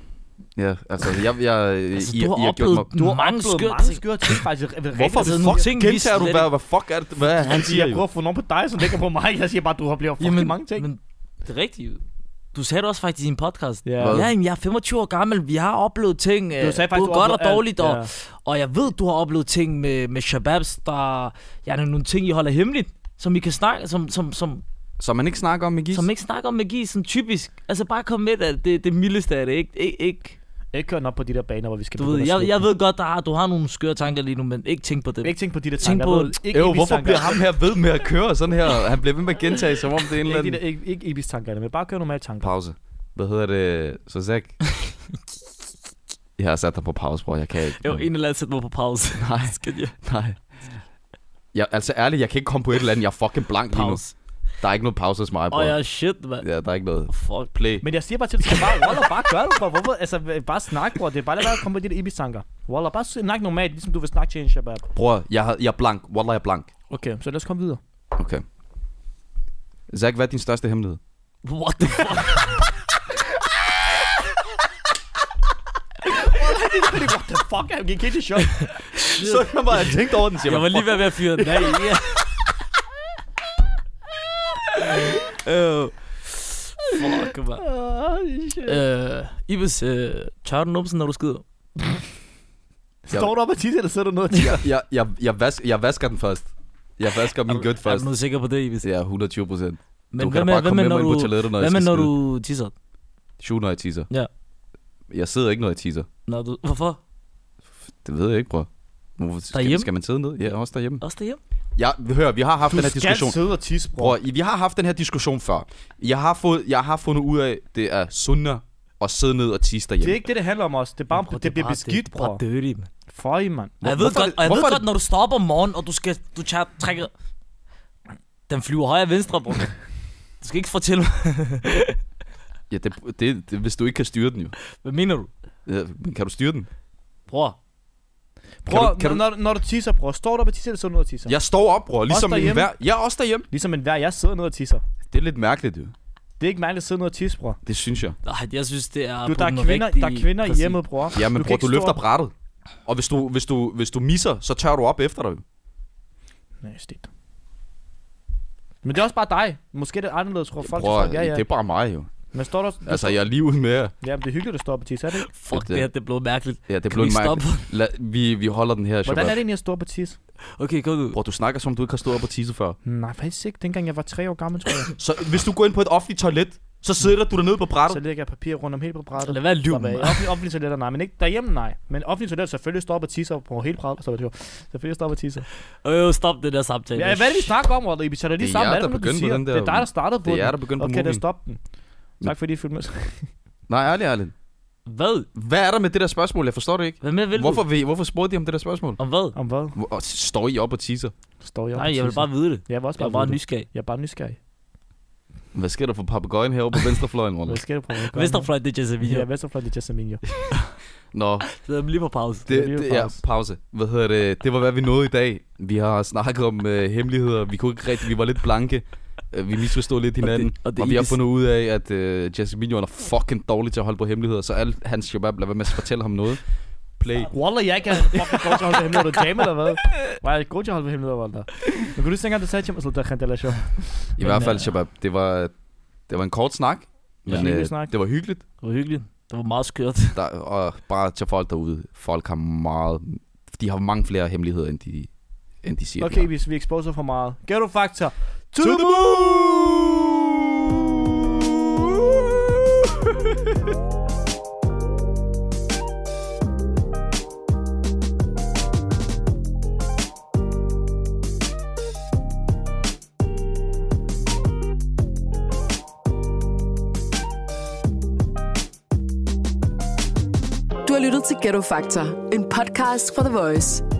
[SPEAKER 3] Ja, altså, jeg... jeg
[SPEAKER 1] Altså,
[SPEAKER 3] I,
[SPEAKER 1] du har
[SPEAKER 3] I, I har gjort mig...
[SPEAKER 1] oplevet du har mange
[SPEAKER 4] oplevet
[SPEAKER 1] skøre
[SPEAKER 4] mange
[SPEAKER 1] ting.
[SPEAKER 4] skøre ting, faktisk.
[SPEAKER 3] Hvorfor
[SPEAKER 1] Altså,
[SPEAKER 3] fuck
[SPEAKER 1] ting, vi
[SPEAKER 3] gentager du,
[SPEAKER 1] slet
[SPEAKER 3] hvad, hvad fuck er det, hvad er det, han siger?
[SPEAKER 4] Jeg prøver at få nogen på dig, som ligger på mig. Jeg siger bare, du har blevet fucking mange ting.
[SPEAKER 1] Men det er rigtigt. Du sagde det også faktisk i en podcast.
[SPEAKER 4] Ja.
[SPEAKER 3] Hvad?
[SPEAKER 1] Ja, jamen, jeg er 25 år gammel. Vi har oplevet ting,
[SPEAKER 4] Du
[SPEAKER 1] øh,
[SPEAKER 4] sagde faktisk,
[SPEAKER 1] både godt og
[SPEAKER 4] oplevede alt.
[SPEAKER 1] dårligt. Og,
[SPEAKER 4] Ja.
[SPEAKER 1] og jeg ved, du har oplevet ting med, med shababs, der ja, der er nogle ting, I holder hemmeligt, som I kan snakke, som, som, som,
[SPEAKER 3] Som man ikke snakker om med Gis?
[SPEAKER 1] som ikke snakker om magi, sådan typisk. Altså bare kom med det, det, det mildeste af det, ikke? Ik, ikke.
[SPEAKER 4] Ikke køre den op på de der baner, hvor vi skal
[SPEAKER 1] Du
[SPEAKER 4] begynde
[SPEAKER 1] ved,
[SPEAKER 4] at
[SPEAKER 1] jeg,
[SPEAKER 4] slukke
[SPEAKER 1] jeg ved godt, der har, du har nogle skøre tanker lige nu, men ikke tænk på
[SPEAKER 4] den.
[SPEAKER 1] det.
[SPEAKER 4] Ikke tænk på de der
[SPEAKER 1] Tænk
[SPEAKER 4] tanker.
[SPEAKER 1] på-
[SPEAKER 4] Jeg ved, ikke
[SPEAKER 3] Jo,
[SPEAKER 4] Ibis
[SPEAKER 3] hvorfor
[SPEAKER 4] tanker.
[SPEAKER 3] bliver ham her ved med at køre sådan her? Han bliver ved med at gentage, som om det er en eller
[SPEAKER 4] Ikke, de
[SPEAKER 3] anden...
[SPEAKER 4] der, ikke, ikke Ibis tankerne, men bare kør normale tanker.
[SPEAKER 3] Pause. Hvad hedder det? Så Zack? jeg har sat dig på pause, bror. Jeg kan ikke.
[SPEAKER 1] Jo, en eller anden sæt mig på pause.
[SPEAKER 3] Nej,
[SPEAKER 1] Skal jeg?
[SPEAKER 3] nej. Jeg, altså ærligt, jeg kan ikke komme på et eller andet. Jeg er fucking blank lige nu.
[SPEAKER 1] Pause.
[SPEAKER 3] Der er ikke noget pause hos mig, bror.
[SPEAKER 1] Åh, ja, shit, mand.
[SPEAKER 3] Ja, der er ikke noget.
[SPEAKER 1] Fuck.
[SPEAKER 3] Play.
[SPEAKER 4] Men jeg siger bare til dig, du skal bare, Walla, bare gør det, bror. Hvorfor? Altså, bare snak, bror. Det er bare lade være at komme på de der Ibis-tanker. Walla, bare snak normalt, ligesom du vil snakke til en shabab.
[SPEAKER 3] Bror, jeg, har- jeg er blank. Wallah, jeg er blank.
[SPEAKER 4] Okay, så lad os komme videre.
[SPEAKER 3] Okay. Zack, hvad er din største hemmelighed?
[SPEAKER 1] What the fuck?
[SPEAKER 4] What the fuck? Jeg gik helt i chok.
[SPEAKER 3] Så jeg bare tænkt over den, siger
[SPEAKER 1] Jeg var lige ved at fyre den af. Ja. Øh. Fuck, man. Øh, Ibis, øh, tør du numsen, når du skider?
[SPEAKER 4] Står du op og tisse, eller sidder du ned og tisser?
[SPEAKER 3] Jeg, jeg, jeg, jeg, vask, jeg vasker den først. Jeg vasker min gødt
[SPEAKER 1] Er
[SPEAKER 3] først.
[SPEAKER 1] du nu sikker på det, Ibis?
[SPEAKER 3] Ja, 120 procent.
[SPEAKER 1] Men
[SPEAKER 3] Du
[SPEAKER 1] hvad
[SPEAKER 3] kan da
[SPEAKER 1] med-
[SPEAKER 3] bare
[SPEAKER 1] hvad
[SPEAKER 3] komme
[SPEAKER 1] med,
[SPEAKER 3] med mig
[SPEAKER 1] når
[SPEAKER 3] ind på
[SPEAKER 1] du-
[SPEAKER 3] toilettet, når
[SPEAKER 1] Hvad
[SPEAKER 3] jeg
[SPEAKER 1] med,
[SPEAKER 3] skal
[SPEAKER 1] når
[SPEAKER 3] skide.
[SPEAKER 1] du tisser?
[SPEAKER 3] Shoot, når jeg teaser.
[SPEAKER 1] Ja.
[SPEAKER 3] Jeg sidder ikke, når jeg teaser.
[SPEAKER 1] Når du, hvorfor?
[SPEAKER 3] Det ved jeg ikke, bror. Hvorfor skal,
[SPEAKER 1] Derhjemme?
[SPEAKER 3] skal man sidde ned? Ja, også derhjemme.
[SPEAKER 1] Også derhjemme?
[SPEAKER 3] Ja, hør, vi har haft den her
[SPEAKER 4] skal
[SPEAKER 3] diskussion.
[SPEAKER 4] sidde og tisse, bror.
[SPEAKER 3] Bror, I- vi har haft den her diskussion før. Jeg har, fået, jeg har fundet ud af, det er sundere at sidde ned og tisse derhjemme.
[SPEAKER 4] Det er ikke det, det handler om os. Det er bare, det, det bliver beskidt,
[SPEAKER 1] bror. Det
[SPEAKER 4] bror.
[SPEAKER 1] er bare dirty, man.
[SPEAKER 4] Føj, mand.
[SPEAKER 1] Og jeg ved
[SPEAKER 3] hvorfor er
[SPEAKER 1] godt,
[SPEAKER 3] det-
[SPEAKER 1] og jeg ved
[SPEAKER 3] hvorfor er
[SPEAKER 1] godt, når du står op om morgenen, og du skal, du tager, trækker, den flyver højre og venstre, bror. Du skal ikke fortælle mig.
[SPEAKER 3] Ja, det, det, det, hvis du ikke kan styre den jo.
[SPEAKER 1] Hvad mener du?
[SPEAKER 3] Ja, men kan du styre den?
[SPEAKER 1] Bror,
[SPEAKER 4] Bror,
[SPEAKER 3] du- kan du-
[SPEAKER 4] når, når du tisser, bror, står du op og tisser, eller sidder du ned og tisser?
[SPEAKER 3] Jeg står op, bror. Ligesom en
[SPEAKER 4] derhjemme?
[SPEAKER 3] hver... Jeg er også derhjemme.
[SPEAKER 4] Ligesom en hver, jeg sidder ned og tisser.
[SPEAKER 3] Det er lidt mærkeligt, jo.
[SPEAKER 4] Det er ikke mærkeligt at sidde ned og tisse, bror.
[SPEAKER 3] Det synes jeg.
[SPEAKER 1] nej, jeg synes, det er
[SPEAKER 4] Du,
[SPEAKER 1] på
[SPEAKER 4] der er
[SPEAKER 1] den
[SPEAKER 4] kvinder,
[SPEAKER 1] rigtige...
[SPEAKER 4] der er kvinder i
[SPEAKER 1] Præcis.
[SPEAKER 4] hjemmet, bror.
[SPEAKER 3] Ja, men
[SPEAKER 4] kan
[SPEAKER 3] bror,
[SPEAKER 4] ikke
[SPEAKER 3] du
[SPEAKER 4] stå
[SPEAKER 3] løfter
[SPEAKER 4] op-
[SPEAKER 3] brættet. Og hvis du, hvis, du, hvis du misser, så tør du op efter dig.
[SPEAKER 4] Nej, stigt. Men det er også bare dig. Måske er det anderledes, tror folk.
[SPEAKER 3] Bror,
[SPEAKER 4] Bror, ja, ja.
[SPEAKER 3] det er bare mig jo.
[SPEAKER 4] Men står der...
[SPEAKER 3] Altså, jeg er lige ude med jer.
[SPEAKER 4] Jamen, det er hyggeligt, at stå op og tisse, er det ikke?
[SPEAKER 1] Fuck, det her, det blev mærkeligt.
[SPEAKER 3] Ja, det
[SPEAKER 1] Kan
[SPEAKER 3] blev
[SPEAKER 1] vi ikke
[SPEAKER 3] mærkeligt. Lad, vi, vi holder den her,
[SPEAKER 4] Hvordan er
[SPEAKER 3] Shabab.
[SPEAKER 4] det egentlig at stå op og tisse?
[SPEAKER 1] Okay, kom ud.
[SPEAKER 3] Bror, du snakker som om, du ikke har stået op og tisse før.
[SPEAKER 4] Nej, faktisk ikke. Dengang jeg var tre år gammel, tror jeg.
[SPEAKER 3] Så hvis du går ind på et offentligt toilet, så sidder du dernede på
[SPEAKER 4] så
[SPEAKER 3] brættet.
[SPEAKER 4] lægger jeg papir rundt om hele på brættet.
[SPEAKER 1] Lad være at lyve,
[SPEAKER 4] Slap af.
[SPEAKER 1] mand.
[SPEAKER 4] Offentlig, offentlig toiletter, nej. Men ikke derhjemme, nej. Men offentlig toiletter selvfølgelig står op og tisser på hele brættet. Så det jo. Selvfølgelig står op og tisser.
[SPEAKER 1] Øh, stop det der samtale.
[SPEAKER 4] Ja, hvad er det, vi snakker om, Rotter Ibis? Er det lige
[SPEAKER 3] Det er
[SPEAKER 4] sammen?
[SPEAKER 3] jer,
[SPEAKER 4] Hvad er
[SPEAKER 3] der
[SPEAKER 4] det, nu, du
[SPEAKER 3] begyndte på
[SPEAKER 4] siger?
[SPEAKER 3] den der-
[SPEAKER 4] Det er dig, der startede på
[SPEAKER 3] Det er jer,
[SPEAKER 4] den.
[SPEAKER 3] der begyndte på
[SPEAKER 4] Okay, lad os
[SPEAKER 3] movien.
[SPEAKER 4] stoppe den. Tak fordi I fulgte med.
[SPEAKER 3] Nej, ærligt, ærligt.
[SPEAKER 1] Hvad?
[SPEAKER 3] Hvad er der med det der spørgsmål? Jeg forstår det ikke.
[SPEAKER 1] Hvad med vil
[SPEAKER 3] Hvorfor, vi, hvorfor spurgte de om det der spørgsmål?
[SPEAKER 1] du? Om hvad?
[SPEAKER 4] Om hvad?
[SPEAKER 3] Hvor- Og står I op og tisser?
[SPEAKER 4] Står jeg op
[SPEAKER 1] Nej,
[SPEAKER 4] og
[SPEAKER 1] jeg vil
[SPEAKER 4] tisser?
[SPEAKER 1] bare vide det.
[SPEAKER 4] Jeg var også
[SPEAKER 1] Jeg
[SPEAKER 4] bare,
[SPEAKER 1] er bare
[SPEAKER 4] vide det.
[SPEAKER 1] nysgerrig.
[SPEAKER 4] Jeg er bare nysgerrig.
[SPEAKER 3] Hvad sker der for papegøjen herovre på venstrefløjen, Rolle?
[SPEAKER 4] Hvad sker der på mig?
[SPEAKER 1] Vesterfløj, det er Jesse Video.
[SPEAKER 4] Ja, Vesterfløj, det er Jasmine. jo.
[SPEAKER 3] Nå,
[SPEAKER 1] Så lige på pause.
[SPEAKER 3] det,
[SPEAKER 4] lige
[SPEAKER 3] det,
[SPEAKER 4] en
[SPEAKER 3] ja,
[SPEAKER 4] pause.
[SPEAKER 3] pause. Hvad hedder det? Det var, hvad vi nåede i dag. Vi har snakket om øh, hemmeligheder. Vi kunne ikke rigtig, vi var lidt blanke. Øh, Vi misforstod lidt
[SPEAKER 1] Og det-
[SPEAKER 3] hinanden. Og,
[SPEAKER 1] og
[SPEAKER 3] og,
[SPEAKER 1] det
[SPEAKER 3] vi har
[SPEAKER 1] eneste-
[SPEAKER 3] fundet ud af, at øh, Jesse Mignon er fucking dårlig til at holde på hemmeligheder. Så alt hans shabab, lad være med at fortælle ham noget. Play.
[SPEAKER 4] Wallah, jeg kan fucking god til at holde på hemmeligheder. Du jam eller hvad? Var jeg god til at holde på hemmeligheder, Wallah? Men kunne du tænke, at du sagde til mig, så der kan det show.
[SPEAKER 3] I
[SPEAKER 1] Men,
[SPEAKER 3] hvert fald,
[SPEAKER 1] øh,
[SPEAKER 3] shabab, det var, det var en kort snak. Men
[SPEAKER 4] Hyggelig
[SPEAKER 3] øh,
[SPEAKER 4] snak.
[SPEAKER 3] det var hyggeligt.
[SPEAKER 1] Det var hyggeligt. Det var meget skørt.
[SPEAKER 3] Der, og bare til folk derude. Folk har meget... De har mange flere hemmeligheder, end de, end de siger. de
[SPEAKER 4] Okay,
[SPEAKER 3] har.
[SPEAKER 4] hvis vi exposer for meget. Ghetto Factor.
[SPEAKER 3] To the moon!
[SPEAKER 2] Du har lyttet til Ghetto Factor, en podcast fra The Voice.